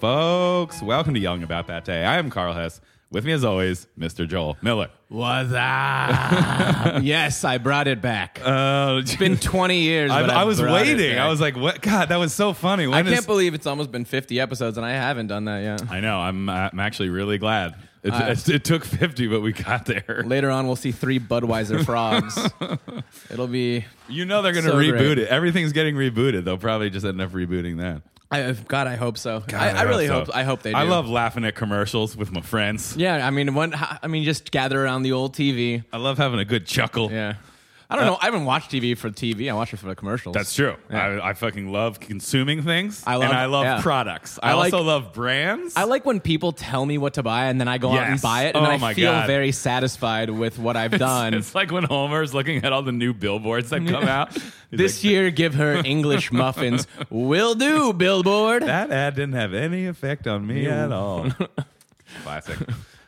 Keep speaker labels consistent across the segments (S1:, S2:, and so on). S1: folks. Welcome to Young About That Day. I am Carl Hess. With me, as always, Mr. Joel Miller.
S2: What's up? yes, I brought it back.
S1: Uh,
S2: it's been 20 years.
S1: I,
S2: but
S1: I
S2: I've
S1: was
S2: brought it
S1: waiting.
S2: back.
S1: I was like, "What? God, that was so funny."
S2: I
S1: When
S2: can't
S1: is-
S2: believe it's almost been 50 episodes and I haven't done that yet.
S1: I know. I'm. I'm actually really glad. It,
S2: Uh,
S1: it, it took 50, but we got there.
S2: Later on, we'll see three Budweiser frogs. It'll be.
S1: You know they're going to
S2: So
S1: reboot
S2: great.
S1: it. Everything's getting rebooted. They'll probably just end up rebooting that.
S2: I, uh, God, I hope so. I, I,
S1: hope
S2: really
S1: so.
S2: hope. I hope they. Do.
S1: I love laughing at commercials with my friends.
S2: Yeah, I mean, one. I mean, just gather around the old TV.
S1: I love having a good chuckle.
S2: Yeah, I don't know. I haven't watched TV for TV. I watch it for the commercials.
S1: Uh, That's true. I, I fucking love consuming things,
S2: I love-
S1: and I love
S2: yeah.
S1: products. I,
S2: I like-
S1: also love brands.
S2: I like when people tell me what to buy and then I go out
S1: Yes.
S2: and buy it,
S1: Oh
S2: and then
S1: my
S2: I feel
S1: God.
S2: very satisfied with what I've done.
S1: It's like when Homer's looking at all the new billboards that come out. He's
S2: This
S1: like,
S2: year, give her English muffins. Will do, Billboard.
S1: that ad didn't have any effect on me at all. Classic.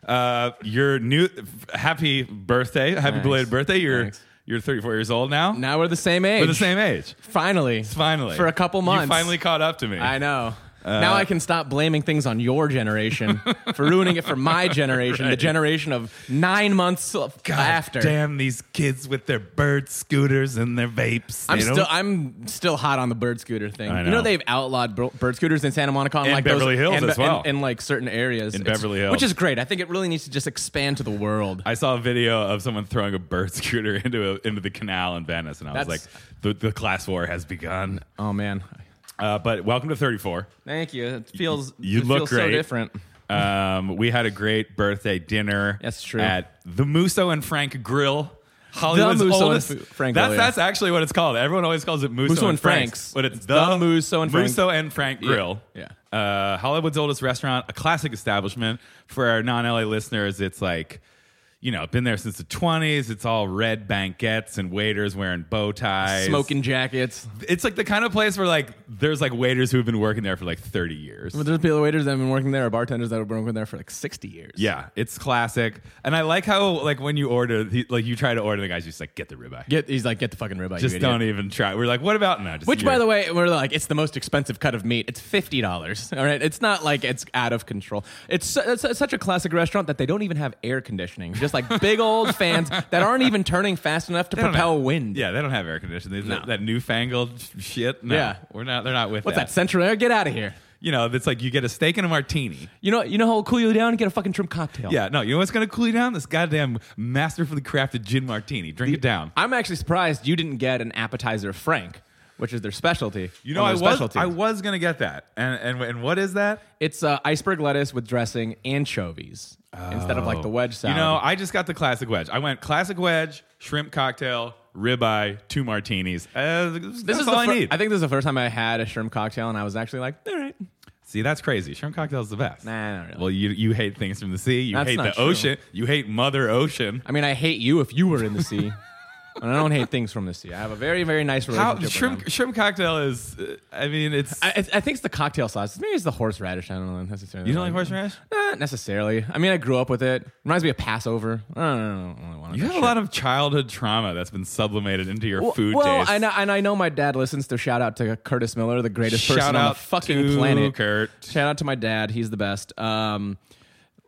S1: Uh, your new happy birthday, happy
S2: Thanks.
S1: belated birthday. You're
S2: Thanks.
S1: you're 34 years old now.
S2: now we're the same age.
S1: We're the same age.
S2: Finally.
S1: Finally,
S2: For a couple months.
S1: you finally caught up to me.
S2: I know.
S1: Uh,
S2: now I can stop blaming things on your generation for ruining it for my generation, the
S1: Right.
S2: generation of nine months of
S1: God
S2: after.
S1: damn these kids with their bird scooters and their vapes.
S2: I'm
S1: They don't-
S2: still I'm still hot on the bird scooter thing.
S1: I
S2: You
S1: know.
S2: know they've outlawed bro- bird scooters in Santa Monica and
S1: In
S2: like
S1: Beverly
S2: those,
S1: Hills
S2: and,
S1: as well.
S2: and, and, like certain areas
S1: In
S2: It's-
S1: Beverly Hills.
S2: which is great. I think it really needs to just expand to the world.
S1: I saw a video of someone throwing a bird scooter into a, into the canal in Venice, and I was
S2: That's-
S1: like, the, the class war has begun.
S2: oh man,
S1: Uh, but welcome to 34.
S2: thank you. It feels
S1: You
S2: it
S1: look
S2: feels
S1: great.
S2: so different.
S1: Um, we had a great birthday dinner.
S2: That's true.
S1: At the Musso and Frank Grill. Hollywood's
S2: The Musso and
S1: oldest.
S2: F- Frank
S1: that's,
S2: Grill, yeah.
S1: that's actually what it's called. Everyone always calls it Musso,
S2: Musso
S1: and
S2: and
S1: Frank's,
S2: Frank's.
S1: but it's,
S2: It's the Musso and Frank-
S1: Musso and Frank Grill.
S2: Yeah.
S1: Uh, Hollywood's oldest restaurant, a classic establishment for our non-LA listeners. It's like, you know, been there since the 20s. It's all red banquettes and waiters wearing bow ties,
S2: Smoking jackets.
S1: It's like the kind of place where like there's like waiters who've been working there for like 30 years.
S2: But there's people waiters that have been working there, or bartenders that have been working there for like 60 years.
S1: Yeah, it's classic. And I like how like when you order, he, like you try to order, the guy's just like, get the ribeye.
S2: Get, he's like, get the fucking ribeye.
S1: just don't even try. We're like, what about no? Just
S2: Which, by the way, we're like, it's the most expensive cut of meat. It's fifty dollars. All right, it's not like it's out of control. It's, su- it's, it's such a classic restaurant that they don't even have air conditioning. Just like big old fans that aren't even turning fast enough to
S1: They don't
S2: propel
S1: have-
S2: wind.
S1: Yeah, they don't have air conditioning. They-
S2: No.
S1: That, newfangled shit. No,
S2: Yeah.
S1: we're not. They're not with
S2: What's that central air? Get out of here.
S1: You know, it's like you get a steak and a martini.
S2: You know, you know how will cool you down? Get a fucking trim cocktail.
S1: Yeah, no. You know what's gonna cool you down? This goddamn masterfully crafted gin martini. Drink it down.
S2: I'm actually surprised you didn't get an appetizer Frank, which is their specialty.
S1: You know,
S2: one
S1: I
S2: of
S1: was
S2: their Oh, specialties.
S1: I was gonna get that. And and and what is that?
S2: It's uh, iceberg lettuce with dressing anchovies instead of like the wedge salad.
S1: Oh. You know, I just got the classic wedge. I went classic wedge, shrimp cocktail, ribeye, two martinis. Uh, this
S2: this
S1: is
S2: is
S1: all
S2: the
S1: I
S2: fir-
S1: need.
S2: I think this is the first time I had a shrimp cocktail, and I was actually like, all right.
S1: See, that's crazy. Shrimp cocktail is the best.
S2: Nah, not really.
S1: Well, you you hate things from the sea. You
S2: That's
S1: hate the
S2: not true.
S1: ocean. You hate Mother Ocean.
S2: I mean, I hate you if you were in the sea, and I don't hate things from the sea. I have a very, very nice
S1: How
S2: relationship. With
S1: shrimp
S2: them.
S1: shrimp cocktail is? Uh, I mean, it's.
S2: I, it's- I think it's the cocktail sauce. Maybe it's the horseradish. I don't know necessarily.
S1: you don't like horseradish?
S2: Not necessarily. I mean, I grew up with it. Reminds me of Passover. I don't, know. I don't really want
S1: You have a lot of childhood trauma that's been sublimated into your food
S2: well,
S1: taste.
S2: I know, and I know my dad listens. To shout out to Curtis Miller, the greatest
S1: Shout
S2: person on the
S1: out
S2: fucking
S1: to
S2: planet.
S1: Kurt.
S2: Shout out to my dad. He's the best. Um,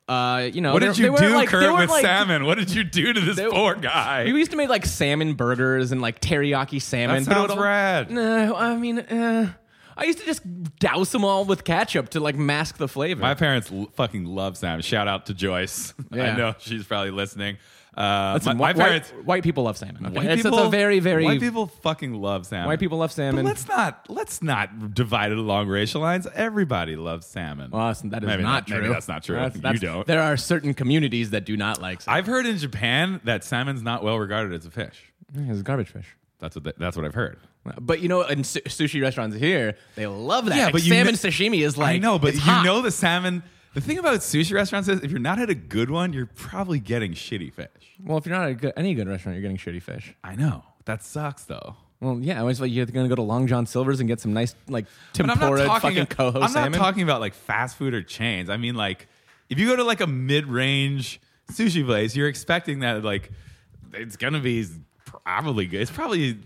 S2: uh, you know,
S1: What
S2: they-
S1: did
S2: they
S1: you
S2: were
S1: do,
S2: like, they
S1: Kurt,
S2: were
S1: with
S2: like-
S1: salmon? What did you do to this
S2: they-
S1: poor guy?
S2: We used to make like salmon burgers and like teriyaki
S1: that
S2: salmon. but it would
S1: sounds
S2: all-
S1: rad.
S2: No, I mean, uh, I used to just douse them all with ketchup to like mask the flavor.
S1: My parents l- fucking love Sam. Shout out to Joyce. I
S2: Yeah.
S1: know she's probably listening. Uh,
S2: Listen,
S1: my, my
S2: whi- white,
S1: parents,
S2: white people love salmon. Okay?
S1: white
S2: it's,
S1: people,
S2: it's a very, very
S1: white people fucking love Sam.
S2: white people love
S1: But
S2: salmon.
S1: let's not let's not divide it along racial lines. Everybody loves salmon.
S2: Well, that's- that is
S1: Maybe
S2: not true.
S1: Maybe that's not true.
S2: That's-
S1: you
S2: that's-
S1: don't.
S2: There are certain communities that do not like salmon.
S1: I've heard in Japan that salmon's not well regarded as a fish.
S2: It's garbage fish.
S1: That's what they, that's what I've heard.
S2: But you know, in su- sushi restaurants here, they love that.
S1: Yeah,
S2: Like,
S1: but you
S2: salmon
S1: kn-
S2: sashimi is like
S1: I know, but
S2: it's
S1: you
S2: hot.
S1: know the salmon. The thing about sushi restaurants is if you're not at a good one, you're probably getting shitty fish.
S2: Well, if you're not at a good, any good restaurant, you're getting shitty fish.
S1: I know that sucks though.
S2: Well, yeah, I was like, you're going to go to Long John Silver's and get some nice like
S1: But
S2: tempura fucking coho
S1: I'm
S2: salmon.
S1: not talking about like fast food or chains. I mean like if you go to like a mid-range sushi place, you're expecting that like it's gonna be probably good. It's probably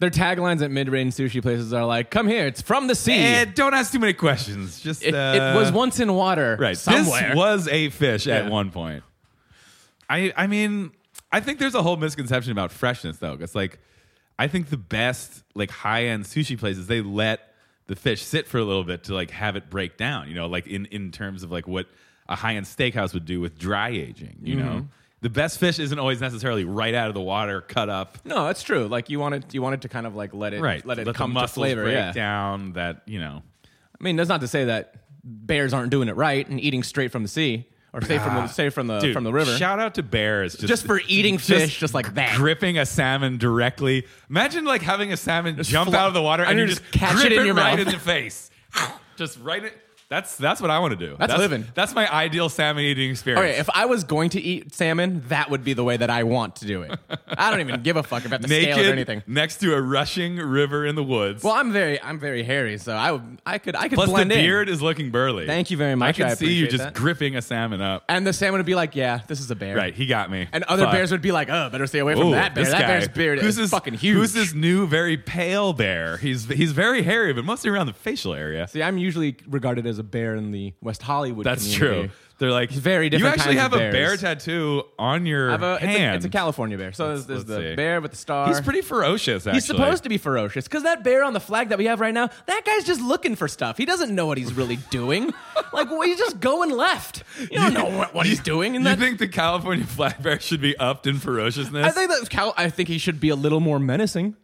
S2: Their taglines at mid-range sushi places are like, "Come here, it's from the sea."
S1: Eh, don't ask too many questions. Just
S2: it,
S1: uh,
S2: it was once in water,
S1: right.
S2: Somewhere.
S1: This was a fish
S2: Yeah.
S1: at one point. I I mean, I think there's a whole misconception about freshness though. It's like I think the best like high end sushi places they let the fish sit for a little bit to like have it break down. You know, like in in terms of like what a high end steakhouse would do with dry aging. You know, the best fish isn't always necessarily right out of the water, cut up.
S2: no, that's true. Like you wanted, you wanted to kind of like let it,
S1: Right,
S2: let it
S1: let
S2: come
S1: the
S2: to
S1: muscles
S2: flavor.
S1: break
S2: yeah.
S1: down. That you know,
S2: I mean, that's not to say that bears aren't doing it right and eating straight from the sea or straight from the straight from the
S1: Dude,
S2: uh, from the river.
S1: Shout out to bears just,
S2: Just for eating fish just like that.
S1: gripping a salmon directly. Imagine like having a salmon jump
S2: fly-
S1: out of the water
S2: and
S1: and, you
S2: you
S1: just,
S2: just catch
S1: grip
S2: it in your
S1: right
S2: mouth.
S1: in the face, just right. It. That's that's what I want to do.
S2: That's living.
S1: That's my ideal salmon eating
S2: All
S1: experience.
S2: right, if I was going to eat salmon, that would be the way that I want to do it. I don't even give a fuck about the scale
S1: Naked
S2: or anything.
S1: next to a rushing river in the woods.
S2: Well, I'm very, I'm very hairy, so I would, I could, I could
S1: Plus the
S2: blend in.
S1: beard is looking burly.
S2: Thank you very
S1: I
S2: much.
S1: can
S2: I
S1: see you
S2: appreciate
S1: just
S2: that.
S1: gripping a salmon up.
S2: and the salmon would be like, "Yeah, this is a bear."
S1: Right, he got me.
S2: And other
S1: Fuck.
S2: bears would be like, "Oh, better stay away from
S1: Ooh,
S2: that bear.
S1: this
S2: That
S1: guy.
S2: bear's beard
S1: who's
S2: is
S1: this,
S2: fucking huge."
S1: Who's this new, very pale bear? He's he's very hairy, but mostly around the facial area.
S2: See, I'm usually regarded as a bear in the West Hollywood.
S1: That's
S2: community.
S1: true. They're like
S2: very
S1: You
S2: different
S1: actually
S2: kinds
S1: have
S2: of
S1: a bear
S2: bears.
S1: tattoo on your
S2: I have a- it's, a,
S1: hand.
S2: it's a California bear. So there's, there's
S1: let's
S2: the
S1: see.
S2: bear with the star.
S1: He's pretty ferocious. Actually,
S2: He's supposed to be ferocious because that bear on the flag that we have right now, that guy's just looking for stuff. He doesn't know what he's really doing. like, well, he's just going left. You don't know what, what he's doing in
S1: You
S2: that.
S1: think the California black bear should be upped in ferociousness?
S2: I think that Cal- I think he should be a little more menacing.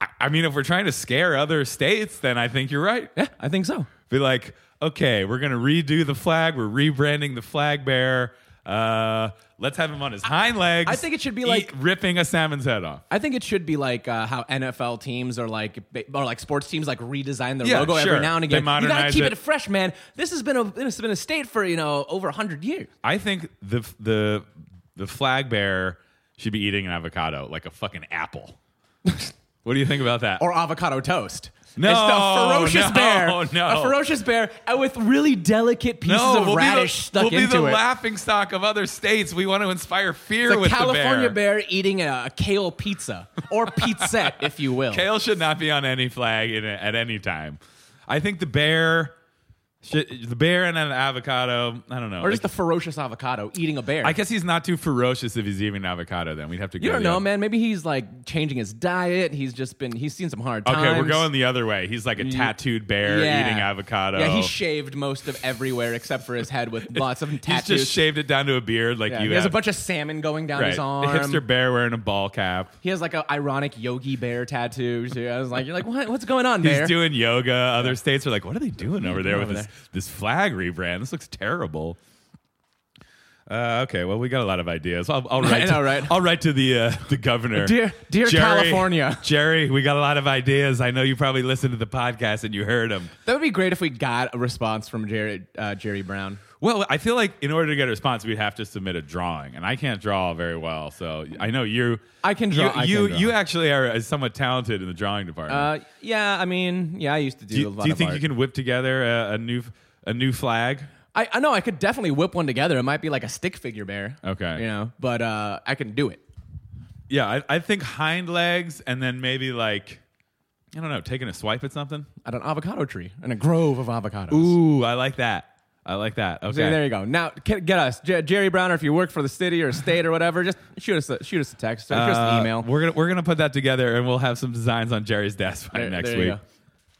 S1: I- I mean, if we're trying to scare other states, then I think you're right.
S2: Yeah, I think so.
S1: Be like, okay, we're gonna redo the flag. We're rebranding the flag bear. Uh, let's have him on his hind legs.
S2: I think it should be
S1: eat-
S2: like-
S1: ripping a salmon's head off.
S2: I think it should be like uh, how NFL teams or like ba- or like sports teams like redesign their
S1: Yeah,
S2: logo
S1: sure.
S2: every now and
S1: They
S2: again. You gotta
S1: modernize
S2: keep
S1: it.
S2: it. fresh, man. This has been a this has been a state for you know over hundred years.
S1: I think the the the flag bear should be eating an avocado like a fucking apple. what do you think about that?
S2: or avocado toast.
S1: No,
S2: it's the ferocious
S1: no,
S2: bear.
S1: no.
S2: A ferocious bear uh, with really delicate pieces of
S1: we'll
S2: radish
S1: be the,
S2: stuck
S1: we'll be
S2: into
S1: the
S2: it.
S1: laughing stock of other states. We want to inspire fear
S2: It's a
S1: with
S2: California
S1: the bear.
S2: bear. eating a, a kale pizza or pizzette, if you will.
S1: Kale should not be on any flag in, at any time. I think the bear should the bear and an avocado, I don't know.
S2: or just the
S1: Like,
S2: ferocious avocado eating a bear.
S1: I guess he's not too ferocious if he's eating an avocado then. We'd have to go
S2: you don't
S1: the
S2: know,
S1: other-
S2: man. Maybe he's like changing his diet. He's just been he's seen some hard
S1: Okay,
S2: times.
S1: we're going the other way. He's like a tattooed bear
S2: Yeah.
S1: eating avocado.
S2: Yeah, he shaved most of everywhere except for his head with lots of
S1: He's
S2: tattoos.
S1: just shaved it down to a beard like
S2: yeah,
S1: you
S2: he has a
S1: have.
S2: bunch of salmon going down
S1: right.
S2: his arm.
S1: The hipster bear wearing a ball cap.
S2: He has like an ironic Yogi Bear tattoo too. I was like, you're like, what? What's going on,
S1: He's
S2: Bear?
S1: doing yoga. Other states are like, what are they doing over there with
S2: Over
S1: this, this flag rebrand? This looks terrible. Uh, okay, well, we got a lot of ideas. I'll, I'll write.
S2: I
S1: to,
S2: know, right?
S1: I'll write to the uh, the governor,
S2: Dear- dear California.
S1: Jerry. We got a lot of ideas. I know you probably listened to the podcast and you heard them.
S2: that would be great if we got a response from Jerry uh, Jerry Brown.
S1: Well, I feel like in order to get a response, we'd have to submit a drawing, and I can't draw very well. So I know you.
S2: I can draw-
S1: You
S2: I can
S1: you,
S2: draw.
S1: you actually are uh, somewhat talented in the drawing department.
S2: Uh, yeah, I mean, yeah, I used to do,
S1: do you,
S2: a lot
S1: do you
S2: of
S1: think
S2: art.
S1: you can whip together a, a new a new flag?
S2: I, I know I could definitely whip one together. It might be like a stick figure bear.
S1: Okay.
S2: you know, but uh, I can do it.
S1: Yeah, I, I think hind legs, and then maybe like I don't know, taking a swipe at something.
S2: At an avocado tree and a grove of avocados.
S1: Ooh, I like that. I like that. Okay,
S2: So there you go. Now get, get us Jer- Jerry Brown, or if you work for the city or state or whatever, just shoot us a, shoot us a text or shoot us
S1: Uh,
S2: an email.
S1: We're gonna we're gonna put that together, and we'll have some designs on Jerry's desk by
S2: There-
S1: next
S2: there you
S1: week.
S2: go.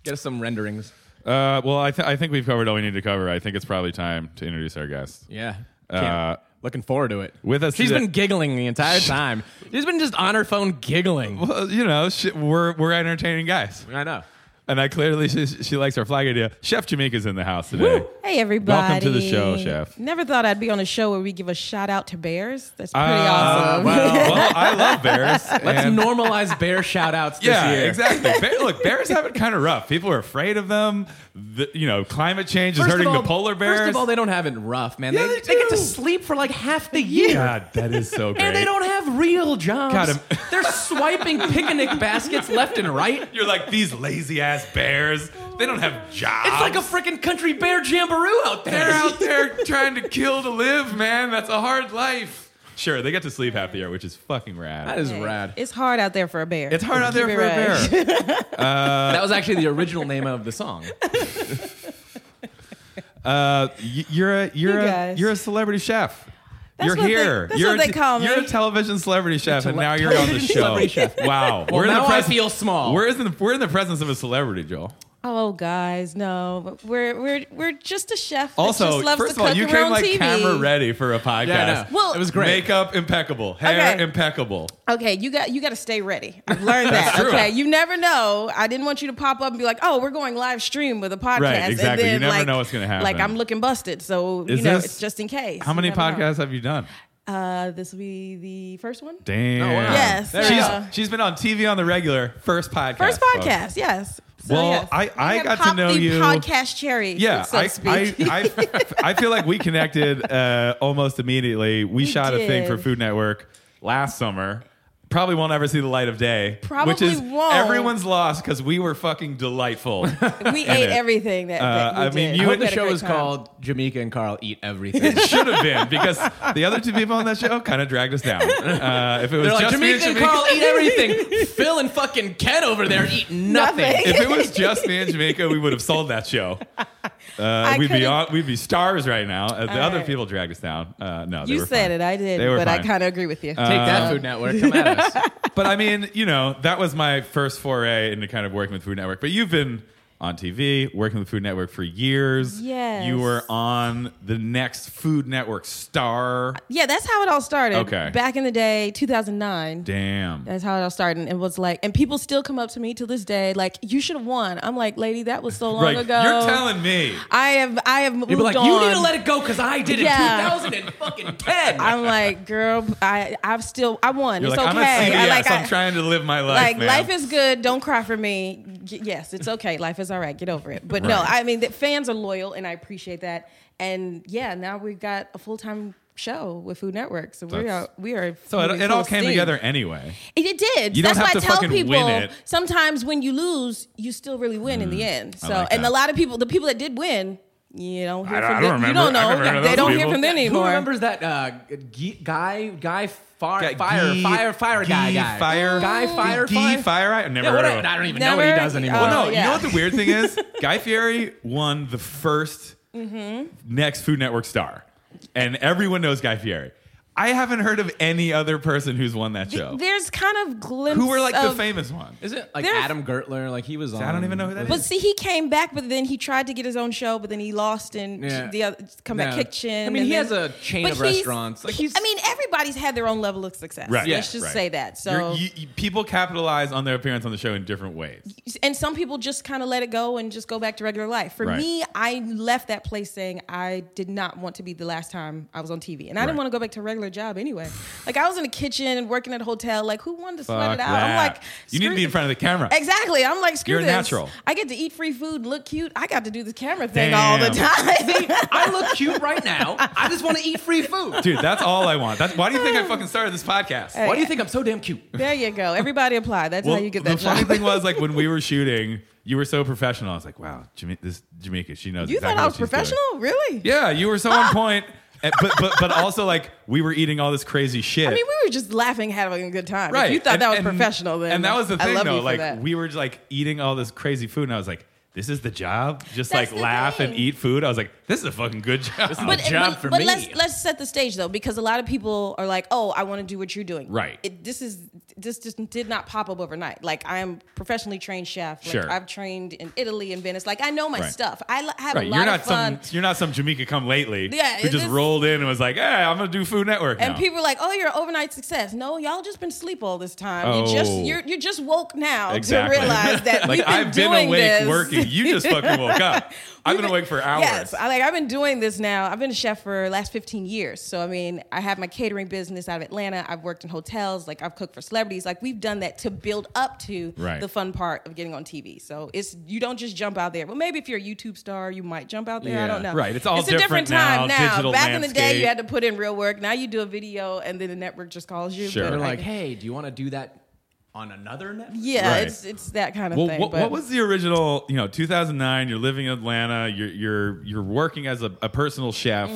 S2: Get us some renderings.
S1: Uh, well, I th- I think we've covered all we need to cover. I think it's probably time to introduce our guest.
S2: Yeah.
S1: Uh,
S2: Can't- Looking forward to it.
S1: with us
S2: she's
S1: today-
S2: been giggling the entire time. She's been just on her phone giggling.
S1: Well, you know, sh- we're we're entertaining guys,
S2: I know.
S1: and I clearly she, she likes our flag idea. Chef Jamaica's in the house today.
S3: Hey everybody!
S1: to the show, Chef.
S3: Never thought I'd be on a show where we give a shout out to bears. That's pretty
S1: Uh,
S3: awesome.
S1: Well, well, I love bears.
S2: Let's
S1: and-
S2: normalize bear shout outs this
S1: Yeah,
S2: year.
S1: exactly. Bear, look, bears have it kind of rough. People are afraid of them. The, you know, climate change
S2: First
S1: is
S2: of
S1: hurting
S2: all-
S1: the polar bears.
S2: First of all, they don't have it rough, man.
S1: Yeah,
S2: they,
S1: they
S2: get to
S1: do.
S2: sleep for like half the year.
S1: God, that is so great.
S2: And they don't have real jobs.
S1: God, I'm-
S2: They're swiping picnic baskets left and right.
S1: You're like these lazy ass bears. They don't have jobs.
S2: It's like a freaking country bear jamboree out there.
S1: they're out there trying to kill to live, man. That's a hard life. sure, they get to sleep half the year, which is fucking rad.
S2: That is
S3: Hey,
S2: rad.
S3: It's hard out there for a bear.
S1: it's hard out there
S3: Keep it
S1: for a
S3: right.
S1: bear.
S2: that was actually the original name of the song.
S1: Uh, y- you're a you're
S3: You
S1: a
S3: guys.
S1: you're a celebrity chef.
S3: That's
S1: you're
S3: what they-
S1: here.
S3: that's
S1: you're
S3: what
S1: a
S3: they call me.
S1: You're a television celebrity chef, and
S2: tele-
S1: now you're on the
S2: television
S1: show.
S2: celebrity chef.
S1: Wow.
S2: Well, now I
S1: pres-
S2: feel small.
S1: We're in the we're in the presence of a celebrity, Joel.
S3: Oh, guys, no. But We're we're we're just a chef. that
S1: Also,
S3: just loves
S1: first
S3: to
S1: of all,
S3: cook
S1: you
S3: her
S1: came
S3: own
S1: like
S3: TV.
S1: camera ready for a podcast.
S2: Yeah, I know.
S3: Well-
S2: it was great.
S1: Makeup impeccable, hair
S3: Okay.
S1: impeccable.
S3: Okay, you got you got to stay ready. I've learned that.
S1: true.
S3: Okay, you never know. I didn't want you to pop up and be like, "Oh, we're going live stream with a podcast."
S1: Right, exactly. You
S3: And then,
S1: never
S3: like,
S1: know what's gonna happen.
S3: Like I'm looking busted, so
S1: Is
S3: you know
S1: this-
S3: it's just in case.
S1: How
S3: You
S1: many
S3: never know.
S1: podcasts have you done?
S3: Uh, this will be the first one.
S1: Damn.
S2: Oh, wow.
S3: Yes,
S2: There
S3: uh,
S2: you
S1: She's,
S2: go.
S1: she's been on TV on the regular. First podcast.
S3: First
S1: folks.
S3: podcast, yes. So,
S1: Well,
S3: yes.
S1: I-
S3: You
S1: I
S3: have
S1: got to
S3: popped
S1: know
S3: the
S1: you-
S3: Podcast cherry,
S1: Yeah,
S3: so to
S1: I, I,
S3: speak.
S1: I, I feel like we connected uh, almost immediately. We, shot a thing
S3: did.
S1: for Food Network last summer. Probably won't ever see the light of day. which
S3: Probably
S1: is
S3: won't.
S1: everyone's lost because we were fucking delightful.
S3: we
S1: in
S3: ate
S1: it.
S3: everything that, that
S1: Uh,
S3: we
S1: I mean,
S3: did.
S1: you We
S2: I hope the
S3: had a
S2: show
S3: great
S2: is
S3: time.
S2: called Jamaica and Carl Eat Everything.
S1: Should have been because the other two people on that show kind of dragged us down. Uh, if it was
S2: They're like
S1: just me
S2: Jamaica
S1: and
S2: and
S1: Jamaica,
S2: Carl eat everything. Phil and fucking Ken over there eat nothing.
S3: Nothing.
S1: if it was just me and Jamaica, we would have sold that show. Uh, we'd be
S3: couldn't-
S1: on, we'd be stars right now. Uh, the
S3: All
S1: other
S3: right.
S1: people dragged us down. Uh, no, they
S3: You
S1: were
S3: said
S1: fine.
S3: it, I did,
S1: They were
S3: but I
S1: fine. Uh,
S3: kind of agree with you.
S2: Take that, Food Network. Come at us.
S1: but I mean, you know, that was my first foray into kind of working with Food Network. But you've been on TV, working with Food Network for years.
S3: Yes.
S1: You were on the next Food Network star.
S3: yeah, that's how it all started.
S1: Okay.
S3: back in the day, 2009.
S1: Damn.
S3: That's how it all started, and it was like, and people still come up to me to this day, like, "You should have won." I'm like, "Lady, that was so long
S1: Right.
S3: ago."
S1: You're telling me.
S3: I have, I have moved
S2: You'd be like,
S3: on.
S2: you need to let it go because I did it
S3: Yeah.
S2: in 2010.
S3: I'm like, girl, I, I've still, I won.
S1: You're
S3: it's
S1: like,
S3: okay.
S1: I'm a CBS.
S3: I, like,
S1: I'm
S3: I-
S1: trying to live my life.
S3: like
S1: man.
S3: life is good. Don't cry for me. G- yes, it's okay. Life is all right. Get over it. But no,
S1: Right.
S3: I mean the fans are loyal, and I appreciate that. And yeah, now we've got a full time show with Food Network, so we
S1: That's-
S3: are we are.
S1: So it,
S3: we're
S1: it all
S3: full
S1: came
S3: steam.
S1: together anyway.
S3: It, it did.
S1: You don't
S3: That's
S1: have
S3: why
S1: to
S3: I tell
S1: fucking win
S3: people
S1: it. Mm.
S3: sometimes when you lose, you still really win in the end. So
S1: like
S3: and
S1: that.
S3: a lot of people, the people that did win. You don't hear
S1: I don't-
S3: from
S1: I don't
S3: them. You
S1: remember.
S3: don't
S1: I
S3: know.
S1: never heard of
S3: they
S1: those
S3: don't
S1: people.
S3: hear from them
S2: Who
S3: anymore.
S2: remembers that uh, g- guy, guy, fire,
S1: Guy-
S2: fire,
S1: Guy-
S2: fire, fire
S1: Guy
S2: guy, guy,
S1: Fire-
S2: guy, fire,
S1: Guy
S2: fire.
S1: Fire, I never
S2: Yeah,
S1: heard
S2: what
S1: of
S2: I,
S1: him.
S2: I don't even know
S3: Never-
S2: what he does anymore.
S3: Oh,
S1: Well, no, you
S3: yeah.
S1: know what the weird thing is? Guy Fieri won the 1st
S3: Mm-hmm.
S1: next Food Network star, and everyone knows Guy Fieri. I haven't heard of any other person who's won that show.
S3: There's kind of glimpses.
S1: Who were like the
S3: of,
S1: famous one?
S2: Is it like
S3: There's-
S2: Adam Gertler? Like he was on.
S1: I don't even know who that
S3: But
S1: is.
S3: see, he came back, but then he tried to get his own show, but then he lost in
S2: Yeah.
S3: the other comeback
S2: Yeah.
S3: kitchen.
S2: I mean,
S3: and
S2: he
S3: then-
S2: has a chain
S3: But
S2: of
S3: he's-
S2: restaurants. Like he's.
S3: I mean, everybody's had their own level of success.
S1: Right.
S3: Let's
S2: Yeah,
S3: just
S1: right.
S3: say that. So,
S1: You're- you- you- people capitalize on their appearance on the show in different ways.
S3: and some people just kind of let it go and just go back to regular life. For
S1: Right.
S3: me, I left that place saying I did not want to be the last time I was on TV, and I
S1: Right.
S3: didn't want to go back to a regular job anyway. like I was in the kitchen and working at a hotel. Like who wanted to sweat
S1: Fuck
S3: it out? I'm
S1: that.
S3: like,
S1: you need to
S3: screw
S1: be in front of the camera.
S3: Exactly. I'm like, screw
S1: You're a
S3: this.
S1: natural.
S3: I get to eat free food, look cute. I got to do this camera thing all the
S1: Damn.
S3: time.
S2: I look cute right now. I just want to eat free food.
S1: Dude, that's all I want. That's, why do you think I fucking started this podcast?
S2: Why do you think I'm so damn cute?
S3: there you go. Everybody apply. That's how you get that
S1: the funny
S3: job.
S1: thing was, like when we were shooting, you were so professional. I was like, wow, Jama- this Jamaica, she knows.
S3: you
S1: exactly
S3: thought I
S1: what she's
S3: was
S1: doing.
S3: professional? Really?
S1: Yeah, you were so
S3: Ah!
S1: on point. And- But, but but also like we were eating all this crazy shit.
S3: I mean, we were just laughing, having a good time.
S1: right?
S3: If you thought
S1: And-
S3: that was
S1: and-
S3: professional, then
S1: and that was the
S3: I
S1: thing
S3: love you
S1: though.
S3: for
S1: Like
S3: that.
S1: we were just, like eating all this crazy food, and I was like, this is the job. Just
S3: That's
S1: like
S3: the
S1: laugh and
S3: thing.
S1: eat food. I was like, this is a fucking good job.
S2: a job
S3: but,
S2: for
S3: but
S2: me.
S3: let's let's set the stage though, because a lot of people are like, "Oh, I want to do what you're doing."
S1: Right.
S3: It, this is this just did not pop up overnight. Like I am professionally trained chef. Like,
S1: Sure.
S3: I've trained in Italy and Venice. Like I know my
S1: Right.
S3: stuff. I l- have
S1: Right,
S3: a
S1: you're
S3: lot
S1: not
S3: of fun.
S1: some you're not some Jamaica come lately
S3: Yeah,
S1: who just
S3: this-
S1: rolled in and was like, "Hey, I'm gonna do Food Network."
S3: And
S1: now.
S3: people are like, "Oh, you're an overnight success." No, y'all just been asleep all this time.
S1: Oh.
S3: You just you're you just woke now
S1: Exactly.
S3: to realize that
S1: like
S3: we've been
S1: I've been
S3: doing
S1: awake
S3: this.
S1: working. You just fucking woke up. I've been awake for hours.
S3: Yes, I like I've been doing this now. I've been a chef for the last 15 years. So I mean, I have my catering business out of Atlanta. I've worked in hotels, like I've cooked for celebrities. Like we've done that to build up to
S1: Right.
S3: the fun part of getting on TV. So it's you don't just jump out there. Well, maybe if you're a YouTube star, you might jump out there.
S2: Yeah,
S3: I don't know.
S1: right. It's all
S3: it's a
S1: different
S3: different, time
S1: now,
S3: now.
S1: digital
S3: Back in the day,
S1: landscape.
S3: you had to put in real work. Now you do a video and then the network just calls you.
S1: Sure.
S3: But,
S2: They're
S1: Right.
S2: like, hey, do you want to do that on another Netflix?
S3: yeah,
S1: Right.
S3: it's it's that kind of
S1: Well,
S3: thing.
S1: what,
S3: but-
S1: what was the original? You know,
S3: Mm-hmm.
S1: 2009. You're living in Atlanta. You're you're you're working as a, a personal chef.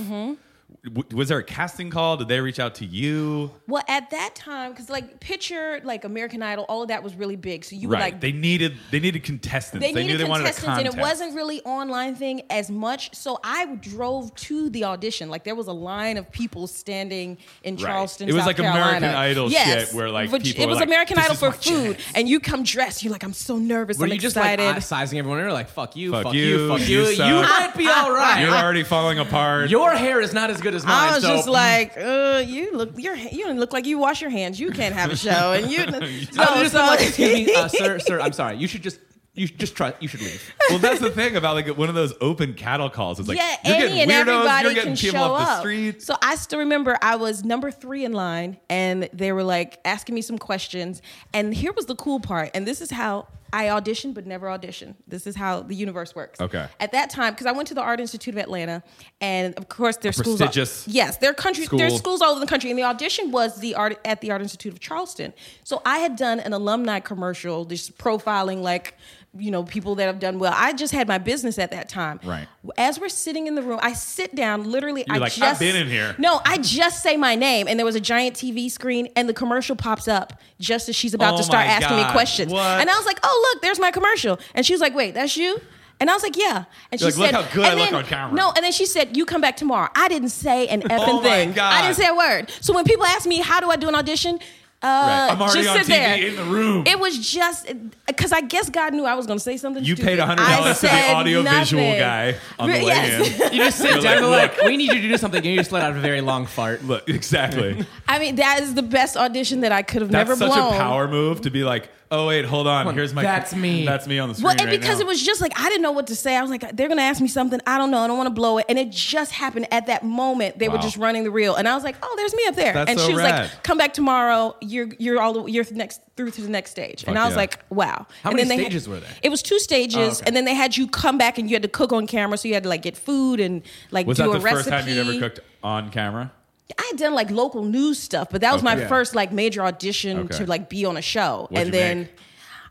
S1: W- was there a casting call? Did they reach out to you?
S3: Well, at that time, because like picture like American Idol, all of that was really big. So you would
S1: right.
S3: like
S1: they needed they needed contestants. They, knew they wanted a contest.
S3: and it wasn't really online thing as much. So I drove to the audition. Like there was a line of people standing in
S1: Right.
S3: Charleston.
S1: It was
S3: South
S1: like
S3: Carolina.
S1: American Idol
S3: yes.
S1: shit where, like,
S3: Vag-
S1: people
S3: it
S1: were
S3: was
S1: like,
S3: American
S1: "This
S3: Idol
S1: is
S3: for
S1: my
S3: food,
S1: chance."
S3: and you come dressed. You're like, I'm so nervous.
S2: Were
S3: I'm
S2: you just like
S3: excited.
S2: sizing everyone? You're like, fuck you,
S1: Fuck
S2: fuck, you,
S1: you,
S2: fuck
S1: you
S2: you. You,
S1: suck.
S2: might be all right.
S1: You're already falling apart.
S2: Your hair is not as good as mine.
S3: I was
S2: so
S3: just like, uh, you look, your, ha- you don't look like you wash your hands. You can't have a show, and you.
S2: I was just
S3: so-
S2: like, excuse me, uh, sir, sir. I'm sorry. You should just, you should just try. You should leave.
S1: well, that's the thing about like one of those open cattle calls. It's like
S3: yeah,
S1: you're
S3: any
S1: getting
S3: and
S1: weirdos,
S3: everybody
S1: you're getting
S3: can
S1: people
S3: show
S1: off the
S3: up.
S1: streets.
S3: So I still remember I was number three in line, and they were like asking me some questions. And here was the cool part, and this is how I auditioned but never auditioned. This is how the universe works.
S1: Okay.
S3: At that time, because I went to the Art Institute of Atlanta, and of course their schools
S1: prestigious
S3: yes, their country,
S1: school.
S3: their schools all over the country, and the audition was the art at the Art Institute of Charleston. So I had done an alumni commercial, just profiling like. You know, people that have done well. I just had my business at that time.
S1: Right.
S3: As we're sitting in the room, I sit down. Literally,
S1: You're
S3: I
S1: like, "I've
S3: just
S1: been in here."
S3: No, I just say my name, and there was a giant TV screen, and the commercial pops up just as she's about
S1: Oh
S3: to start
S1: my
S3: asking
S1: God.
S3: me questions.
S1: What?
S3: And I was like, "Oh, look, there's my commercial." And she was like, "Wait, that's you." And I was like, yeah. And
S1: You're
S3: she
S1: like,
S3: said,
S1: "Look how good I
S3: and
S1: look
S3: then-
S1: on camera."
S3: No, and then she said, you come back tomorrow. I didn't say an effing
S1: Oh my
S3: thing.
S1: God.
S3: I didn't say a word. So when people ask me, how do I do an audition? Uh,
S1: I'm already
S3: just
S1: on
S3: sit
S1: TV
S3: there.
S1: in the room.
S3: It was just because I guess God knew I was going to say something.
S1: You paid
S3: stupid.
S1: $100 to the
S3: I said
S1: audiovisual
S3: nothing.
S1: guy on the
S3: Re-
S1: way
S3: yes.
S1: in.
S2: You just sit
S1: You're
S2: down.
S1: like,
S2: Like, like, we need you to do something. And you just let out a very long fart.
S1: Look, exactly.
S3: I mean, that is the best audition that I could have
S1: That's
S3: never
S1: such
S3: blown.
S1: a power move to be like, oh wait, hold on,
S2: Well,
S1: here's my.
S2: that's me.
S1: That's me on the screen.
S3: Well, and
S1: right
S3: because
S1: now.
S3: it was just like I didn't know what to say. I was like, they're gonna ask me something. I don't know. I don't want to blow it. And it just happened at that moment. They
S1: Wow.
S3: were just running the reel, and I was like, oh, there's me up there.
S1: That's
S3: and
S1: so
S3: she was
S1: rad.
S3: like, come back tomorrow. You're you're all the, you're next through to the next stage.
S1: Fuck
S3: and I was
S1: yeah.
S3: like, wow.
S2: How
S3: and
S2: many
S3: then they
S2: stages were there?
S3: It was two stages,
S2: Oh, okay.
S3: and then they had you come back and you had to cook on camera, so you had to like get food and like
S1: Was
S3: do
S1: that
S3: a
S1: the
S3: recipe.
S1: first time you'd ever cooked on camera?
S3: I had done like local news stuff, but that was
S1: Okay.
S3: my
S1: Yeah.
S3: first like major audition
S1: Okay.
S3: to like be on a show.
S1: What'd
S3: and
S1: you
S3: then
S1: make?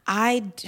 S3: I, d-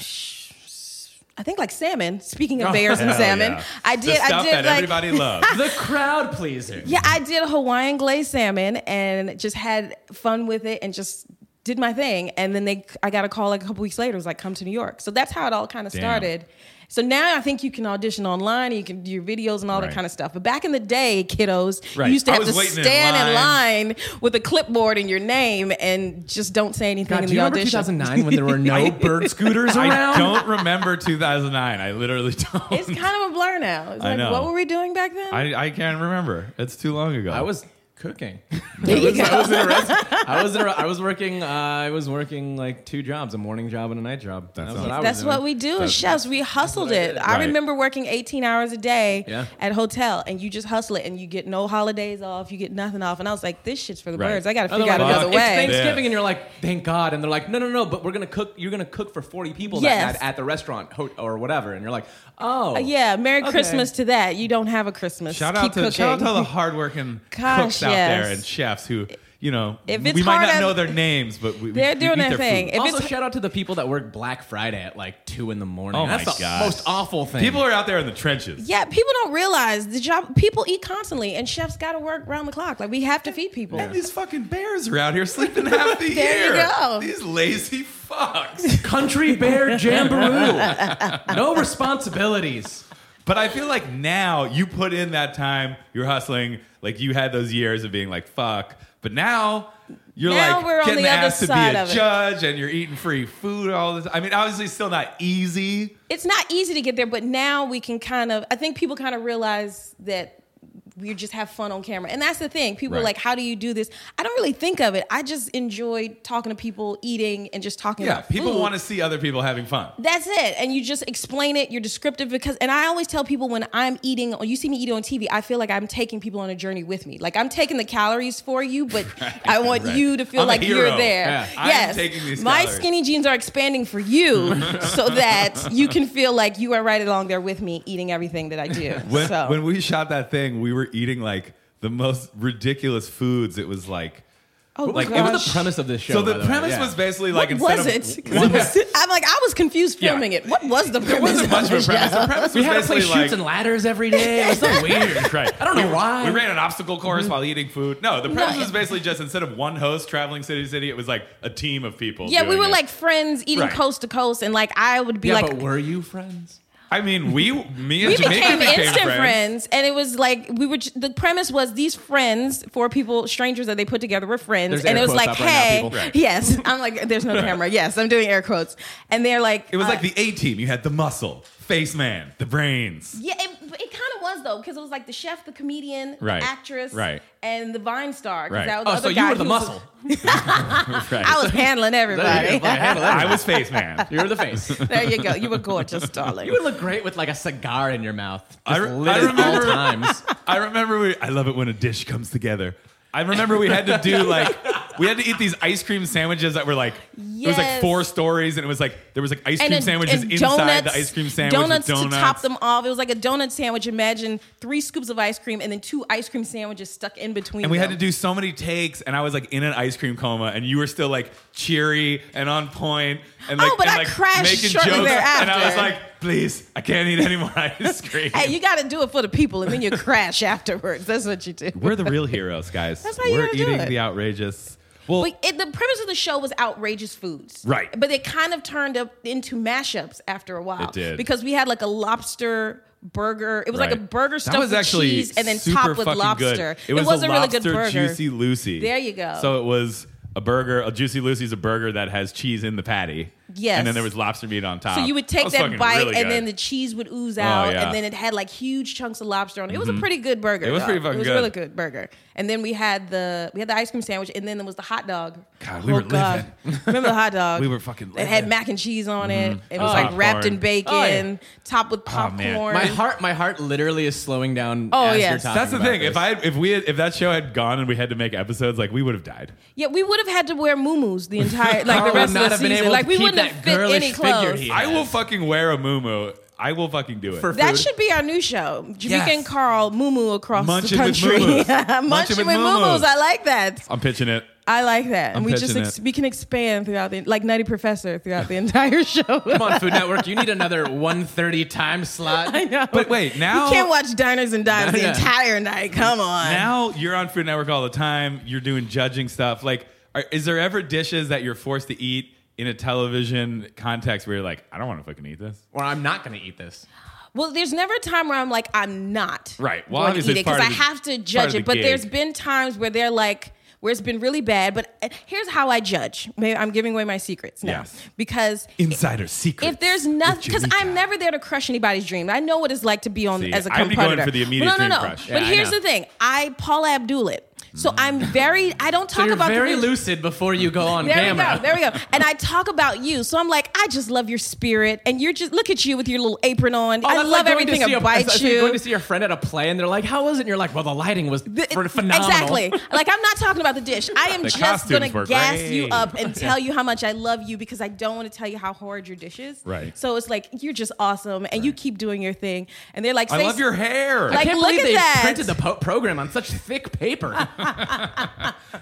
S3: I think like salmon. Speaking of bears and
S1: Oh, Hell
S3: salmon,
S1: yeah.
S3: I
S1: The
S3: did.
S1: stuff
S3: I did
S1: that
S3: like
S1: everybody loves.
S2: The crowd pleaser.
S3: yeah, I did Hawaiian glazed salmon and just had fun with it and just did my thing. And then they, I got a call like a couple weeks later. It was like, come to New York. So that's how it all kind of
S1: Damn.
S3: started. So now I think you can audition online. You can do your videos and all
S1: Right.
S3: that kind of stuff. But back in the day, kiddos,
S1: Right.
S3: you used to
S1: I
S3: have to
S1: was waiting in
S3: stand in line. with a clipboard and your name and just don't say anything
S2: God,
S3: in
S2: do you
S3: the
S2: remember
S3: audition.
S2: 2009 when there were no bird scooters around?
S1: I don't remember 2009. I literally don't.
S3: It's kind of a blur now. It's
S1: I
S3: like,
S1: know.
S3: what were we doing back then?
S1: I, I can't remember. It's too long ago.
S2: I was cooking.
S3: there you go.
S2: I was in a rest- I was in a, I was working. Uh, I was working like two jobs: a morning job and a night job.
S1: That
S2: was
S1: sounds-
S2: I was
S3: That's
S2: doing.
S3: what we do as chefs. We hustled
S2: what I
S3: it.
S2: did.
S3: I
S1: Right.
S3: remember working 18 hours a day
S2: Yeah.
S3: at hotel, and you just hustle it, and you get no holidays off, you get nothing off. And I was like, this shit's for the
S1: Right.
S3: birds. I got to
S2: Otherwise,
S3: figure out
S1: Fuck.
S3: another
S2: it's
S3: way.
S2: Thanksgiving,
S1: Yeah.
S2: and you're like, "Thank God!" And they're like, "No, no, no!" But we're gonna cook. You're gonna cook for 40 people
S3: Yes.
S2: that night at the restaurant ho- or whatever. And you're like, "Oh,
S3: yeah, Merry
S2: Okay.
S3: Christmas to that. You don't have a Christmas.
S1: shout
S3: Keep
S1: out to
S3: cooking.
S1: shout out to all the hardworking
S3: Gosh,
S1: cooks out there
S3: yes.
S1: and chefs who you know
S3: If it's
S1: we might
S3: hard
S1: not
S3: as-
S1: know their names, but we, we-
S3: They're
S1: we
S3: doing
S1: eat
S3: their
S1: their
S3: thing.
S1: food.
S3: If
S2: also,
S3: it's-
S2: shout out to the people that work Black Friday at like two in the morning.
S1: Oh
S2: That's
S1: my
S2: the
S1: God.
S2: most awful thing.
S1: People are out there in the trenches.
S3: yeah, people don't realize the job. People eat constantly, and chefs got to work round the clock. Like we have to feed people.
S1: And these fucking bears are out here sleeping half the
S3: There you
S1: year.
S3: go.
S1: These lazy fucks.
S2: country bear jamboree. no responsibilities.
S1: but I feel like now you put in that time, you're hustling, like you had those years of being like fuck, but now you're
S3: Now
S1: like
S3: we're on
S1: getting
S3: the other
S1: asked to be
S3: side
S1: a
S3: of it.
S1: judge and you're eating free food all the time. I mean, obviously it's still not easy.
S3: it's not easy to get there, but now we can kind of, I think people kind of realize that we just have fun on camera. And that's the thing. People are
S1: Right.
S3: like, how do you do this? I don't really think of it. I just enjoy talking to people, eating, and just talking
S1: Yeah,
S3: about
S1: people
S3: food.
S1: want to see other people having fun.
S3: That's it. And you just explain it. You're descriptive because, and I always tell people when I'm eating, or you see me eat on TV, I feel like I'm taking people on a journey with me. Like I'm taking the calories for you, but I want
S1: right.
S3: you to feel
S1: I'm a
S3: like you're
S1: hero.
S3: there.
S1: Yeah. I am
S3: Yes.
S1: taking these
S3: My
S1: calories.
S3: skinny jeans are expanding for you so that you can feel like you are right along there with me eating everything that I do.
S1: When,
S3: so.
S1: when we shot that thing, we were eating like the most ridiculous foods. It was like
S3: Oh,
S1: Like,
S3: gosh.
S2: What was the premise of this show?
S1: So
S2: by
S1: the
S2: way?
S1: premise
S2: Yeah.
S1: was basically like
S3: what
S1: instead
S3: was
S1: of
S3: it? 'Cause it was, I'm like, I was confused
S1: Yeah.
S3: filming it. What was the premise?
S1: wasn't much of a
S3: this
S1: premise.
S3: show?
S1: The premise
S2: We
S1: was
S2: had to play
S1: basically like,
S2: shoots and ladders every day. It was so weird.
S1: Right.
S2: I don't know
S1: We-
S2: why.
S1: We ran an obstacle course while eating food. No, the premise
S3: Mm-hmm. No,
S1: was
S3: it-
S1: basically just instead of one host traveling city to city, it was like a team of people.
S3: Yeah, we
S1: doing
S3: were
S1: it.
S3: like friends eating
S1: Right.
S3: coast to coast, and like I would be
S2: yeah,
S3: like,
S2: but were you friends?
S1: I mean, we, me and
S3: we
S1: Jamaica
S3: became
S1: became
S3: instant friends.
S1: friends.
S3: and it was like we were. j- The premise was these friends, four people, strangers that they put together were friends,
S2: There's
S3: and
S2: air
S3: it was
S2: quotes
S3: like,
S2: up right now,
S3: hey,
S2: people. Right.
S3: yes, I'm like, there's no camera. Yes, I'm doing air quotes, and they're like,
S1: It was
S3: uh,
S1: like the A team. You had the muscle, face man, the brains.
S3: Yeah, it, it kind of was though, because it was like the chef, the comedian,
S1: Right.
S3: the actress,
S1: Right.
S3: and the Vine star. 'cause
S1: Right.
S3: That was the
S2: Oh,
S3: other
S2: so you
S3: guy
S2: were the
S3: who was-
S2: muscle.
S3: I was handling everybody.
S1: I was face man.
S2: You were the face.
S3: there you go. You were gorgeous, darling.
S2: You would look great with like a cigar in your mouth. Just
S1: I re-
S2: lit
S1: I
S2: at all
S1: remember-
S2: times.
S1: I remember we I love it when a dish comes together. I remember we had to do like we had to eat these ice cream sandwiches that were like it was like
S3: Yes.
S1: four stories and it was like there was like ice cream
S3: a-
S1: sandwiches
S3: and
S1: inside the ice cream sandwich
S3: Donuts,
S1: with donuts.
S3: to top them off. It was like a donut sandwich. Imagine three scoops of ice cream and then two ice cream sandwiches stuck in between.
S1: and we had to
S3: them.
S1: do so many takes and I was like in an ice cream coma and you were still like cheery and on point and like,
S3: Oh, but
S1: and,
S3: I
S1: like
S3: crashed
S1: making
S3: shortly
S1: jokes and I was
S3: thereafter.
S1: like please I can't eat any more ice cream.
S3: Hey, you got to do it for the people, and then you crash afterwards. That's what you do.
S1: We're the real heroes, guys.
S3: That's how you
S1: We're
S3: gotta do
S1: eating
S3: it.
S1: the outrageous. Well,
S3: But it, the premise of the show was outrageous foods,
S1: Right.
S3: But it kind of turned up into mashups after a while.
S1: It did.
S3: because we had like a lobster burger. It was like a
S1: Right.
S3: burger
S1: that
S3: stuffed
S1: was
S3: with
S1: actually
S3: cheese and then
S1: super
S3: topped with
S1: fucking
S3: lobster.
S1: Good. It, was
S3: a,
S1: a
S3: really good
S1: lobster
S3: burger.
S1: Juicy Lucy.
S3: There you go.
S1: So it was a burger. A juicy Lucy's a burger that has cheese in the patty.
S3: Yes.
S1: And then there was lobster meat on top.
S3: So you would take
S1: was
S3: that
S1: fucking
S3: bite,
S1: really
S3: and
S1: good. Oh,
S3: then the cheese would ooze out,
S1: yeah. Mm-hmm.
S3: and then it had like huge chunks of lobster on it. It was a pretty good burger.
S1: It was
S3: though.
S1: pretty fucking
S3: It was
S1: good.
S3: a really good burger. And then we had the we had the ice cream sandwich, and then there was the hot dog. Oh,
S1: God, we were living.
S3: Remember the hot dog?
S1: We were fucking
S3: It had
S1: living. Mm-hmm. Oh,
S3: mac and cheese on it. It was like
S1: Popcorn. Oh,
S3: wrapped in bacon,
S2: Oh, yeah.
S3: topped with popcorn.
S1: man.
S2: My heart, my heart, literally is slowing down.
S3: Oh,
S2: as
S3: yes.
S2: you're talking
S1: That's the
S2: about
S1: thing. If
S2: this.
S1: I had- if we had, if that show had gone and we had to make episodes, like we would have died.
S3: Yeah, we would have had to wear muumuus the entire like
S2: Carl
S3: the
S2: would
S3: rest
S2: not
S3: of the
S2: have been
S3: season.
S2: able
S3: Like
S2: to
S3: we
S2: keep
S3: wouldn't
S2: that
S3: have fit
S2: girlish
S3: any
S2: figure
S3: clothes.
S2: he
S1: I will
S2: Yes.
S1: fucking wear a muumuu. I will fucking do it.
S2: For
S3: That
S2: food.
S3: should be our new show. Jamaica
S2: Yes.
S3: and Carl, Mumu across
S1: Munching
S3: the
S1: with
S3: country.
S1: Mumus.
S3: Munching,
S1: Munching with
S3: with Mumus.
S1: Mumus.
S3: I like that.
S1: I'm pitching it.
S3: I like that. and we just
S1: pitching
S3: ex-
S1: it.
S3: we can expand throughout the like Nutty Professor throughout the entire show.
S2: Come on, Food Network, you need another 1:30 time slot. I know.
S1: But wait, now
S3: you can't watch Diners and Dimes the
S2: Yeah.
S3: entire night. Come on.
S1: now you're on Food Network all the time. You're doing judging stuff. Like, are, is there ever dishes that you're forced to eat in a television context where you're like, I don't want to fucking eat this?
S2: Or I'm not going to eat this.
S3: Well, there's never a time where I'm like, I'm not
S1: Right. Well,
S3: going to
S1: obviously
S3: eat it
S1: it's
S3: because
S1: part
S3: I
S1: of the-
S3: have to
S1: part of
S3: judge
S1: the
S3: it. But there's
S1: gig.
S3: been times where they're like, where it's been really bad. But uh, here's how I judge. Maybe I'm giving away my secrets now
S1: Yes.
S3: because
S1: Insider secret.
S3: if there's nothing, because I'm never there to crush anybody's dream. I know what it's like to be on
S1: See,
S3: as a
S1: I'd be
S3: competitor.
S1: going for the immediate
S3: no, no,
S1: dream
S3: no.
S1: crush.
S2: Yeah,
S3: But
S2: I
S3: here's
S2: know. Mm.
S3: the thing: I Paula Abdul it. So I'm very. I don't talk
S2: So you're
S3: about
S2: very
S3: the,
S2: lucid before you go on Oh,
S3: There
S2: camera.
S3: we go. There we go. And I talk about you. So I'm like, I just love your spirit, and you're just look at you with your little apron on.
S2: Oh,
S3: I
S2: that's
S3: love
S2: like going
S3: everything
S2: to see
S3: about
S2: a, it's- it's like
S3: you.
S2: going to see your friend at a play, and they're like, "How was it?" And you're like, "Well, the lighting was
S3: The-
S2: ph- phenomenal."
S3: Exactly. Like I'm not talking about the dish. I am
S1: The
S3: just
S1: costumes
S3: gonna
S1: were
S3: gas you
S1: great.
S3: up and tell you how much I love you because I don't want to tell you how horrid your dish is.
S1: Right.
S3: So it's like you're just awesome and you keep doing your thing. And they're like,
S1: I
S3: say-
S1: love your hair.
S2: I
S3: Like-
S2: can't
S3: look
S2: believe
S3: at
S2: they
S3: that.
S2: printed the po- program on such thick paper.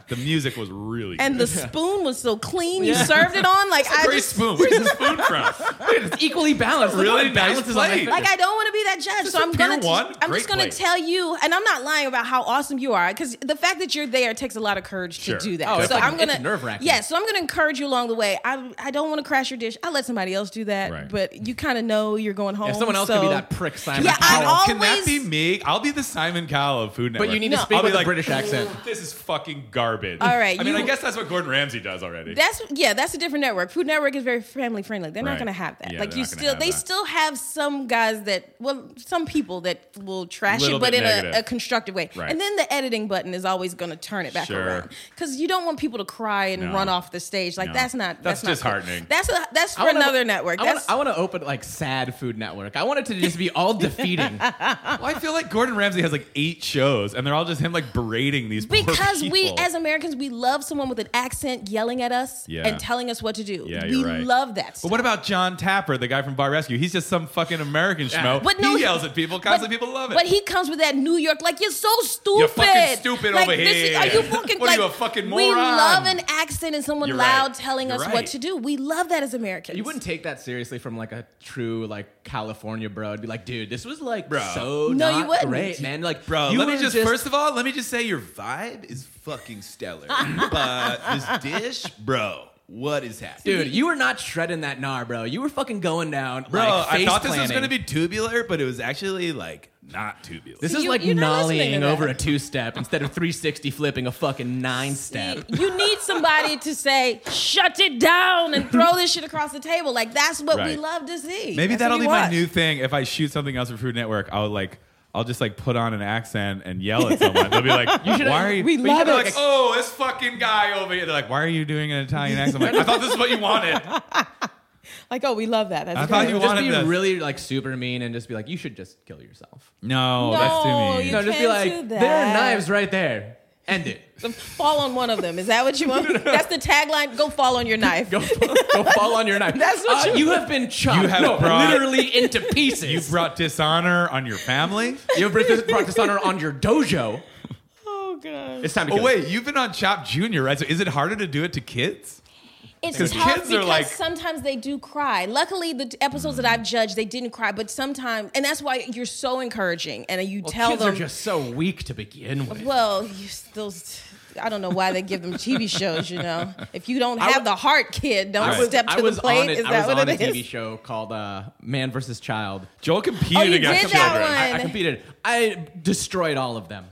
S1: the music was really
S3: and
S1: good.
S3: the spoon was so clean. You served it on like I
S1: Great
S3: just
S1: spoon. Where's this spoon from?
S2: it's equally balanced. Look how
S1: Really
S2: it
S1: nice
S2: balances on my
S1: plate.
S2: fi-
S3: Like I don't want to be that judge, so
S1: a
S3: I'm
S1: pure
S3: gonna.
S1: one.
S3: I'm
S1: Great
S3: just gonna
S1: plate.
S3: tell you, and I'm not lying about how awesome you are, because the fact that you're there takes a lot of courage
S1: Sure.
S3: to do
S2: Oh,
S3: that.
S2: it's
S3: so
S2: like-
S3: I'm gonna
S2: it's nerve-wracking.
S3: Yeah, so I'm gonna encourage you along the way. I I don't want to crash your dish. I let somebody else do that,
S1: Right.
S3: but you kind of know you're going home.
S2: If someone else
S3: so.
S2: could be that prick Simon
S3: Yeah, I
S2: Cowell.
S3: al-
S1: Oh, Can that
S3: always-
S1: be me? I'll be the Simon Cowell of Food Network.
S2: but you need
S3: No.
S2: to speak
S1: I'll be
S2: with
S1: like
S2: a British accent.
S1: This is fucking garbage.
S3: All right,
S1: I mean,
S3: you-
S1: I guess that's what Gordon Ramsay does already.
S3: That's yeah, that's a different network. Food Network is very family friendly. They're
S1: Right.
S3: not gonna have that.
S1: Yeah,
S3: like
S1: they're
S3: you
S1: not gonna
S3: still,
S1: have
S3: they
S1: that.
S3: still have some guys that well, some people that will trash
S1: Little
S3: it, but
S1: bit
S3: in
S1: negative.
S3: a, a constructive way.
S1: Right.
S3: And then the editing button is always gonna turn it back
S1: Sure.
S3: around because you don't want people to cry and
S1: No.
S3: run off the stage. Like
S1: No.
S3: that's not
S1: That's
S3: that's, not cool.
S1: disheartening.
S3: That's a, that's for
S2: I wanna-
S3: another network.
S2: I
S3: That's
S2: want, I want to open like sad food network. I want it to just be all defeating.
S1: Well, I feel like Gordon Ramsay has like eight shows, and they're all just him like berating these poor
S3: Because we,
S1: people.
S3: as Americans, we love someone with an accent yelling at us
S1: Yeah.
S3: and telling us what to do.
S1: Yeah,
S3: we
S1: you're right.
S3: love that.
S1: But
S3: Stuff.
S1: what about John Tapper, the guy from Bar Rescue? He's just some fucking American schmo.
S3: But no,
S1: he yells at people constantly.
S3: but-
S1: people love it.
S3: But he comes with that New York, like you're so stupid.
S1: You're fucking stupid
S3: Like,
S1: over
S3: this is-
S1: here.
S3: Are you fucking?
S1: What are
S3: like,
S1: you, a fucking
S3: We
S1: moron?
S3: love an accent and someone
S1: You're
S3: loud
S1: right.
S3: telling
S1: You're
S3: us
S1: right.
S3: what to do. We love that as Americans.
S2: You wouldn't take that seriously from like a true like California bro. I'd be like, dude, this was like
S1: Bro.
S2: so
S3: No,
S2: not
S3: you wouldn't.
S2: great, man. Like,
S1: Bro,
S2: you
S1: Uh, let me
S2: were
S1: just, first of all, let me just say your vibe is fucking stellar. but this dish, bro, what is happening?
S2: dude, you were not shredding that gnar, bro. You were fucking going down.
S1: bro,
S2: like,
S1: I
S2: face
S1: thought this was
S2: planting.
S1: gonna be tubular, but it was actually like not tubular.
S2: This is
S3: You-
S2: like
S3: you're not listening
S2: nollying
S3: to
S2: over
S3: that.
S2: a two step instead of 360 flipping a fucking nine step.
S3: See, You need somebody to say, shut it down and throw this shit across the table. Like, that's what we
S1: Right.
S3: love to see.
S1: Maybe
S3: That's
S1: that'll
S3: what
S1: be
S3: we
S1: my
S3: want.
S1: new thing. If I shoot something else for Food Network, I'll like I'll just like put on an accent and yell at someone. They'll be like,
S2: should-
S1: "Why are you?"
S2: we
S1: but you
S2: love
S1: should be
S2: it.
S1: Like, oh, this fucking guy over here. They're like, "Why are you doing an Italian accent?" I'm like, I thought this is what you wanted.
S3: Like, oh, we love that. That's
S1: I
S3: great.
S1: thought you
S2: just
S1: wanted
S2: be
S1: this.
S2: really like super mean and just be like, you should just kill yourself.
S1: no,
S3: No,
S1: that's too mean.
S3: you
S2: No, just be
S3: can't
S2: like,
S3: do
S2: there are
S3: that."
S2: knives right there. End it.
S3: Fall on one of them. Is that what you want? That's the tagline. Go fall on your knife.
S2: Go, go fall on your knife.
S3: That's what
S2: Uh,
S3: you-
S2: have been chopped.
S1: You have
S2: no,
S1: brought-
S2: literally into pieces.
S1: You brought dishonor on your family.
S2: You have brought- brought dishonor on your dojo.
S3: Oh, God.
S2: It's time to
S1: Oh
S2: kill.
S1: wait, you've been on Chop Junior, right? So is it harder to do it to kids?
S3: It's
S1: 'Cause
S3: tough
S1: kids are
S3: because
S1: like-
S3: sometimes they do cry. Luckily, the t- episodes that I've judged, they didn't cry. But sometimes, and that's why you're so encouraging, and you tell
S2: kids
S3: them
S2: are just so weak to begin with.
S3: Well, you still. I don't know why they give them TV shows. You know, if you don't have
S2: wa-
S3: the heart, kid, don't
S1: was-
S3: step to
S2: I was
S3: the plate.
S2: on, it,
S3: Is
S2: I
S3: that
S2: was
S3: what
S2: on
S3: it
S2: a
S3: is?
S2: TV show called uh, Man versus Child.
S1: Joel competed
S3: Oh, you
S1: against
S3: did
S1: children,
S3: that
S2: I, I
S3: And-
S2: competed. I destroyed all of them.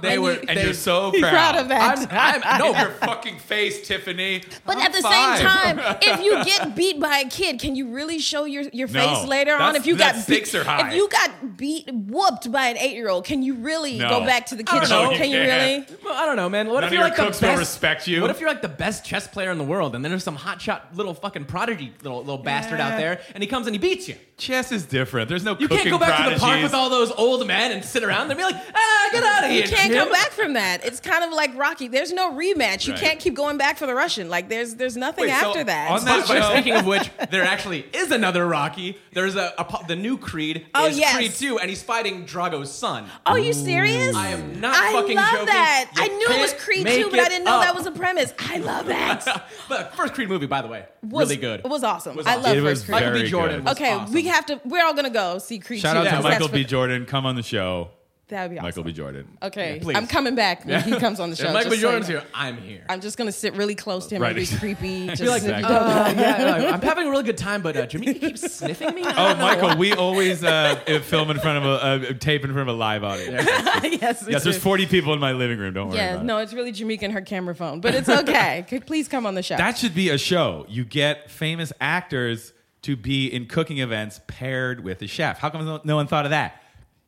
S2: They were.
S3: you-
S1: and
S2: they,
S1: you're so
S3: Be
S1: proud.
S3: proud of that.
S2: I'm, I'm,
S1: In your
S2: no,
S1: fucking face, Tiffany.
S3: But
S1: I'm
S3: at the
S1: fine.
S3: same time, if you get beat by a kid, can you really show your, your
S1: No,
S3: face later on?
S1: that's-
S3: If you
S1: that
S3: got
S1: stakes
S3: beat,
S1: are high.
S3: if you got beat whooped by an eight year old, can you really
S1: No.
S3: go back to the
S1: I don't
S3: kitchen?
S1: know, you
S3: can you
S1: can't.
S3: really?
S2: Well, I don't know, man. What
S1: None
S2: if
S1: of
S2: you're
S1: your
S2: like the
S1: cooks
S2: best,
S1: will respect you.
S2: What if you're like the best chess player in the world, and then there's some hotshot little fucking prodigy, little little bastard
S1: Yeah.
S2: out there, and he comes and he beats you.
S1: Chess is different. There's no
S2: You
S1: cooking
S2: can't go back to the park
S1: prodigies.
S2: with all those old men and sit around. They'll be like, ah, get out of here.
S3: You can't
S2: kid."
S3: come back from that. It's kind of like Rocky. There's no rematch. You
S1: Right.
S3: can't keep going back for the Russian. Like there's there's nothing
S1: Wait, so
S3: after that.
S1: on
S2: By-
S1: that
S2: by-
S1: show-
S2: speaking of which, there actually is another Rocky. There's a, a po- the new Creed
S3: Oh,
S2: is
S3: yes.
S2: Creed 2, and he's fighting Drago's son.
S3: Are you serious?
S2: I am not
S3: I
S2: fucking
S3: love
S2: joking.
S3: that.
S2: You
S3: I knew it was
S2: can't
S3: Creed
S2: make
S3: too, but I
S2: it
S3: didn't know
S2: up.
S3: that was a premise. I love that.
S2: But first Creed movie, by the way,
S3: Was-
S2: really good.
S3: It was awesome.
S2: Was
S3: I
S2: awesome.
S3: love
S1: It was
S3: First Creed.
S1: very
S2: Michael B. Jordan
S1: good.
S2: was
S3: okay,
S2: awesome.
S3: we have to. We're all gonna go see Creed.
S1: Shout
S3: 2,
S1: out to
S3: because
S1: Michael
S3: that's
S1: B.
S3: for-
S1: Jordan. Come on the show.
S3: That would be awesome.
S1: Michael B. Jordan.
S3: Okay,
S2: please.
S3: I'm coming back when he comes on the
S2: If
S3: show.
S2: Michael
S3: just so you
S2: Jordan's
S3: know.
S2: here. I'm here.
S3: I'm just gonna sit really close to him
S1: Right.
S3: and be creepy. Just
S2: like,
S1: Exactly.
S2: Uh, yeah, like, I'm having a really good time, but uh, Jimmy keeps sniffing me.
S1: Oh, Michael, we always uh, film in front of a, a tape in front of a live audience.
S3: yes, we
S1: Yes, there's
S3: do.
S1: 40 people in my living room. Don't worry
S3: Yeah,
S1: about
S3: no,
S1: it.
S3: it's really Jamaica and her camera phone, but it's okay. C- Please come on the show.
S1: That should be a show. You get famous actors to be in cooking events paired with a chef. How come no- no one thought of that?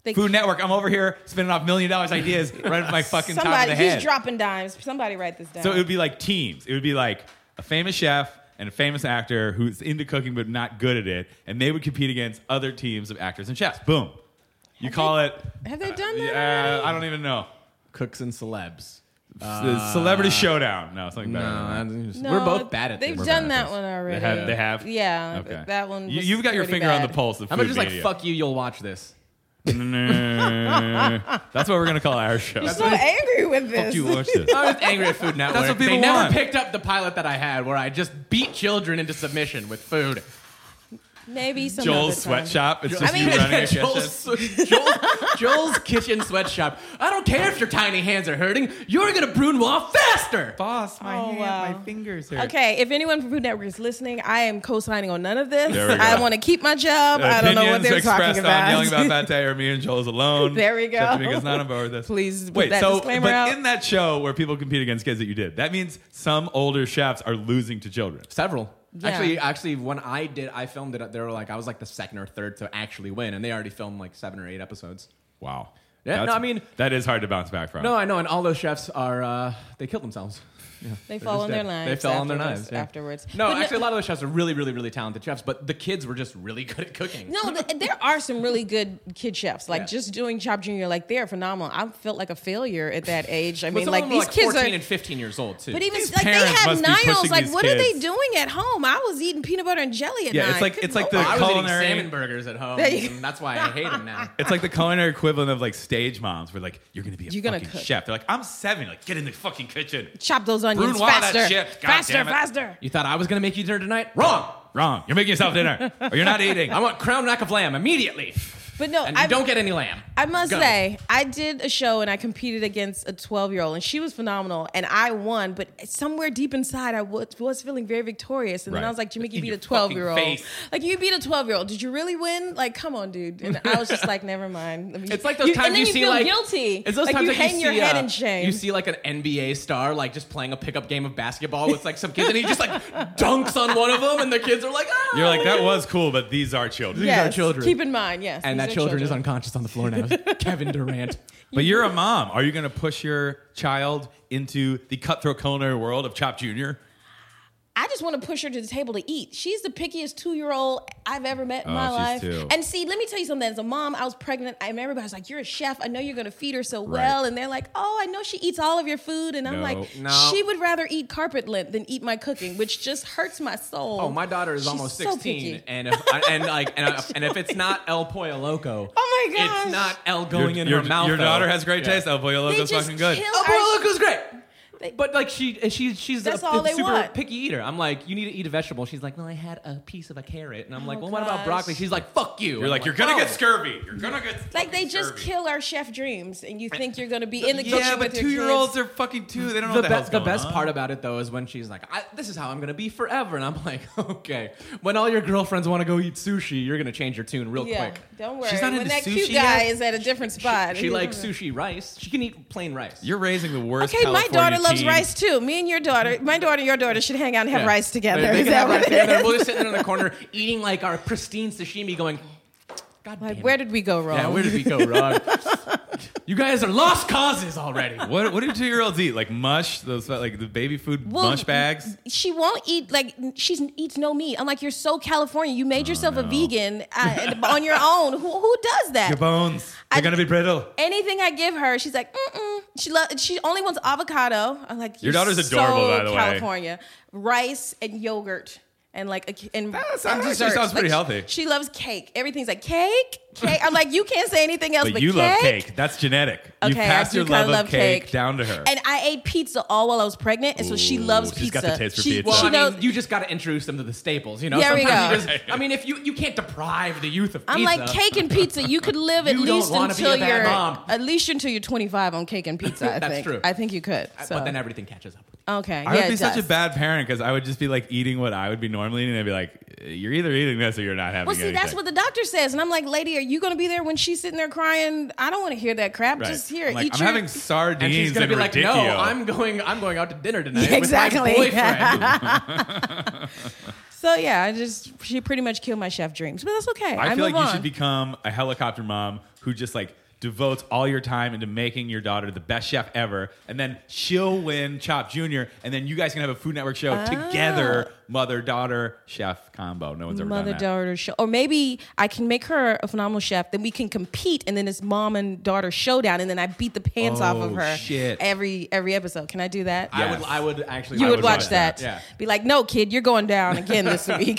S3: They-
S1: Food Network, I'm over here spinning off million dollars ideas right in my fucking top of
S3: Somebody,
S1: the
S3: he's
S1: head.
S3: dropping dimes. Somebody write this down.
S1: So it would be like teams. It would be like a famous chef and a famous actor who's into cooking but not good at it, and they would compete against other teams of actors and chefs. Boom. You call it. uh,
S3: Have they done that?
S1: Yeah, I don't even know.
S2: Cooks and celebs. Uh,
S1: The Celebrity Showdown. No, something better. than that.
S3: No,
S2: we're both bad at
S3: They've
S2: this.
S3: done that one already.
S1: They have. They have.
S3: Yeah, th- Uh, that one
S1: You,
S3: was
S1: you've got your
S3: pretty
S1: finger on the
S3: bad.
S1: pulse of
S2: I'm
S1: food
S2: gonna just
S1: media.
S2: like fuck you. You'll watch this.
S1: That's what we're gonna call our show.
S3: I'm so angry with this.
S1: Fuck you watch this.
S2: I was angry at Food Network.
S1: what people
S2: they never
S1: want.
S2: picked up the pilot that I had, where I just beat children into submission with food.
S3: Maybe some other
S1: Joel's
S3: time.
S1: sweatshop. It's just
S3: I mean-
S1: you running a kitchen.
S2: Joel's, Joel's, Joel's kitchen sweatshop. I don't care if your tiny hands are hurting. You're gonna brunoise faster.
S1: Boss, my
S3: Oh, hand- wow. my
S1: fingers
S3: Okay, if anyone from Food Network is listening, I am co-signing on none of this.
S1: There we go.
S3: I want to keep my job. I don't know what
S1: Opinions
S3: they're
S1: expressed
S3: talking about.
S1: on yelling about that day or me and Joel's alone.
S3: There we go.
S1: Just because not on board with this.
S3: Please put
S1: wait.
S3: that
S1: so,
S3: disclaimer
S1: but
S3: out.
S1: in that show where people compete against kids that you did, that means some older chefs are losing to children.
S2: Several.
S3: Yeah.
S2: Actually, actually, when I did, I filmed it. They were like, I was like the second or third to actually win, and they already filmed like seven or eight episodes.
S1: Wow.
S2: Yeah, no,
S1: That's-
S2: I mean-
S1: that is hard to bounce back from.
S2: No, I know, and all those chefs are uh, they killed themselves.
S3: They fall on their
S2: knives.
S3: knives.
S2: They fell on their
S3: afterwards-
S2: knives yeah.
S3: afterwards.
S2: No,
S3: But
S2: actually, a lot of those chefs are really, really, really talented chefs, but the kids were just really good at cooking.
S3: No, th- there are some really good kid chefs. Like
S2: Yeah.
S3: just doing Chop Junior, like they're phenomenal. I felt like a failure at that age. I
S2: but
S3: mean,
S2: some
S3: like
S2: of them
S3: these
S2: were like
S3: kids
S2: 14
S3: are.
S2: and 15 years old too.
S3: But even
S1: These
S3: like they
S1: parents
S3: have
S1: must be
S3: Niles.
S1: pushing
S3: Like,
S1: these
S3: what are they
S1: kids.
S3: doing at home? I was eating peanut butter and jelly at
S1: Yeah,
S3: nine.
S1: it's like-
S3: Good
S1: it's like
S3: lord.
S1: the
S2: I was
S1: culinary-
S2: eating salmon burgers at home,
S3: There you go.
S2: and that's why I hate them now.
S1: It's like the culinary equivalent of like stage moms, where like you're gonna be a
S3: You're gonna
S1: fucking
S3: cook.
S1: chef. They're like, I'm seven. Like, get in the fucking kitchen.
S3: chop those onions
S1: Brunoise that
S3: faster,
S1: shit. God
S3: faster,
S1: damn it.
S3: faster.
S2: You thought I was going to make you dinner tonight? Wrong.
S1: Wrong. You're making yourself dinner, or you're not eating.
S2: I want crown rack of lamb immediately,
S3: But no,
S2: and
S3: I
S2: you don't get any lamb.
S3: I must
S2: Go.
S3: say, I did a show and I competed against a 12 year old, and she was phenomenal, and I won. But somewhere deep inside, I was, was feeling very victorious. And then
S1: Right.
S3: I was like, Jamaica, you
S2: In
S3: beat
S2: your
S3: a 12 year
S2: fucking
S3: old.
S2: face.
S3: Like, you beat a 12 year old. Did you really win? Like, come on, dude. And I was just like, never mind. Let me-
S2: It's like those times
S3: and then
S2: you,
S3: you
S2: see
S3: feel
S2: like
S3: guilty.
S2: It's those
S3: like
S2: times
S3: you
S2: that
S3: hang
S2: see,
S3: your head
S2: uh,
S3: in shame.
S2: You see like an NBA star like just playing a pickup game of basketball with like some kids, and he just like dunks on one of them, and the kids are like, "Ah!"
S1: You're like, that was cool, but these are children.
S2: are
S3: Yes.
S2: children.
S3: Keep in mind, yes.
S2: and
S3: these
S2: that
S3: are
S2: children, is "Ah!" unconscious on the floor now. Kevin Durant.
S1: But you're a mom. Are you gonna push your child into the cutthroat culinary world of Chop Junior?
S3: I just want to push her to the table to eat. She's the pickiest two year old I've ever met in
S1: Oh,
S3: my
S1: she's
S3: life.
S1: two.
S3: And see, let me tell you something. As a mom, I was pregnant. I remember I was like, You're a chef. I know you're going to feed her so well. And they're like, Oh, I know she eats all of your food. And I'm
S1: No.
S3: like,
S2: No.
S3: She would rather eat carpet lint than eat my cooking, which just hurts my soul.
S2: Oh, my daughter is
S3: She's
S2: almost
S3: so
S2: 16,
S3: picky.
S2: and if, and like and, if- and if it's not El Pollo Loco,
S3: Oh my gosh.
S2: it's not El going in her mouth.
S1: Your
S2: though.
S1: daughter has great
S2: Yeah.
S1: taste. El Pollo
S3: They
S1: Loco's
S3: just
S1: fucking good.
S3: kill
S2: El Pollo
S3: our-
S2: Loco's great.
S3: Oh, They-
S2: But like she, she she's
S3: That's
S2: a,
S3: all they
S2: super
S3: want.
S2: picky eater. I'm like, you need to eat a vegetable. She's like, well, I had a piece of a carrot, and I'm like,
S3: Oh,
S2: well, what about
S3: gosh.
S2: broccoli? She's like, fuck you.
S1: You're
S2: And
S1: like,
S2: I'm
S1: you're gonna get
S2: oh.
S1: scurvy. You're gonna get
S3: Like they
S1: fucking
S3: just
S1: scurvy."
S3: kill our chef dreams, and you think you're going to be in the kitchen.
S2: Yeah,
S1: Yeah,
S3: with
S1: but
S3: your
S1: two year olds
S3: kids.
S1: are fucking two. They don't know what
S2: The,
S1: the
S2: be-
S1: hell's
S2: the
S1: going
S2: best
S1: on.
S2: part about it though is when she's like, I, "This is how I'm gonna be forever," and I'm like, "Okay." When all your girlfriends want to go eat sushi, you're gonna change your tune real
S3: Yeah,
S2: quick.
S3: don't worry.
S1: She's not
S3: when
S1: into
S3: that cute
S1: sushi
S3: guy
S1: yet.
S3: is at a different
S2: She,
S3: spot.
S2: she likes sushi rice. She can eat plain rice.
S1: You're raising the worst.
S3: Okay, my
S1: California
S3: daughter loves
S1: teen.
S3: rice too. Me and your daughter, my daughter and your daughter should hang out and have
S2: Yeah.
S3: rice together.
S2: They, they
S3: Is
S2: can
S3: that
S2: have
S3: what
S2: rice
S3: it is?
S2: together. We'll just sit in the corner eating like our pristine sashimi, going, "God damn
S3: Like,
S2: it."
S3: where did we go wrong?
S2: Yeah, where did we go wrong? you guys are lost causes already.
S1: What, what do two year olds eat? Like mush, those like the baby food
S3: Well,
S1: mush bags.
S3: she won't eat like she eats no meat. I'm like, you're so California. You made yourself
S1: Oh,
S3: a
S1: no.
S3: vegan uh, on your own. Who who does that?
S1: Your bones,
S3: I-
S1: they're gonna be brittle.
S3: Anything I give her, she's like, mm-mm. She lo- she only wants avocado. I'm like,
S1: Your
S3: "You're
S1: daughter's
S3: so
S1: adorable, by the way."
S3: California, rice and yogurt. And like a, ca- and
S1: That's-
S3: and
S1: that actually
S3: desserts.
S1: sounds pretty
S3: Like,
S1: healthy.
S3: She loves cake. Everything's like cake, cake. I'm like, you can't say anything else, but,
S1: But you love cake. That's genetic. you
S3: Okay, I
S1: passed
S3: do
S1: your
S3: kinda
S1: love,
S3: love
S1: of cake,
S3: cake.
S1: down to her.
S3: And I ate pizza all while I was pregnant, and so she
S1: Ooh,
S3: loves
S1: she's
S3: pizza.
S1: got the taste for
S3: she,
S1: pizza.
S2: Well,
S3: she
S2: I
S3: knows-
S2: mean, you just got to introduce them to the staples, you know.
S3: There we
S2: Sometimes
S3: go.
S2: You just, I mean, if you you can't deprive the youth of pizza.
S3: I'm like cake and pizza. You could live at
S2: You don't
S3: least
S2: wanna be
S3: until
S2: a bad
S3: you're
S2: mom.
S3: at least until you're 25 on cake and pizza. I
S2: That's
S3: think.
S2: true.
S3: I think you could. So.
S2: uh, But then everything catches up.
S3: okay,
S1: I
S3: yeah,
S1: would be
S3: it
S1: such a
S3: does.
S1: bad parent because I would just be like eating what I would be normally eating, and I'd be like, "You're either eating this or you're not having."
S3: Well, see, that's
S1: anything."
S3: what the doctor says, and I'm like, lady, are you going to be there when she's sitting there crying? I don't want to hear that crap.
S1: Right.
S3: Just here,
S1: I'm like,
S3: eat
S1: I'm
S3: your.
S1: having sardines
S2: And she's gonna be like,
S1: radicchio.
S2: "No, I'm going. I'm going out to dinner tonight
S3: Exactly.
S2: with my boyfriend."
S3: so yeah, I just she pretty much killed my chef dreams, but that's okay.
S1: I feel
S3: move
S1: like you
S3: on.
S1: should become a helicopter mom who just like devotes all your time into making your daughter the best chef ever, and then she'll win Chop Junior, and then you guys can have a Food Network show together,
S3: Ah.
S1: mother daughter chef combo. No one's ever
S3: mother
S1: done that.
S3: daughter show, or maybe I can make her a phenomenal chef. Then we can compete, and then it's mom and daughter showdown, and then I beat the pants off of
S1: Oh,
S3: her
S1: shit.
S3: every every episode. Can I do that?
S2: I
S1: Yes.
S2: would. I would actually.
S3: you
S2: I
S3: would, watch,
S1: watch
S3: that.
S1: that.
S2: Yeah.
S3: Be like, no, kid, you're going down again this week.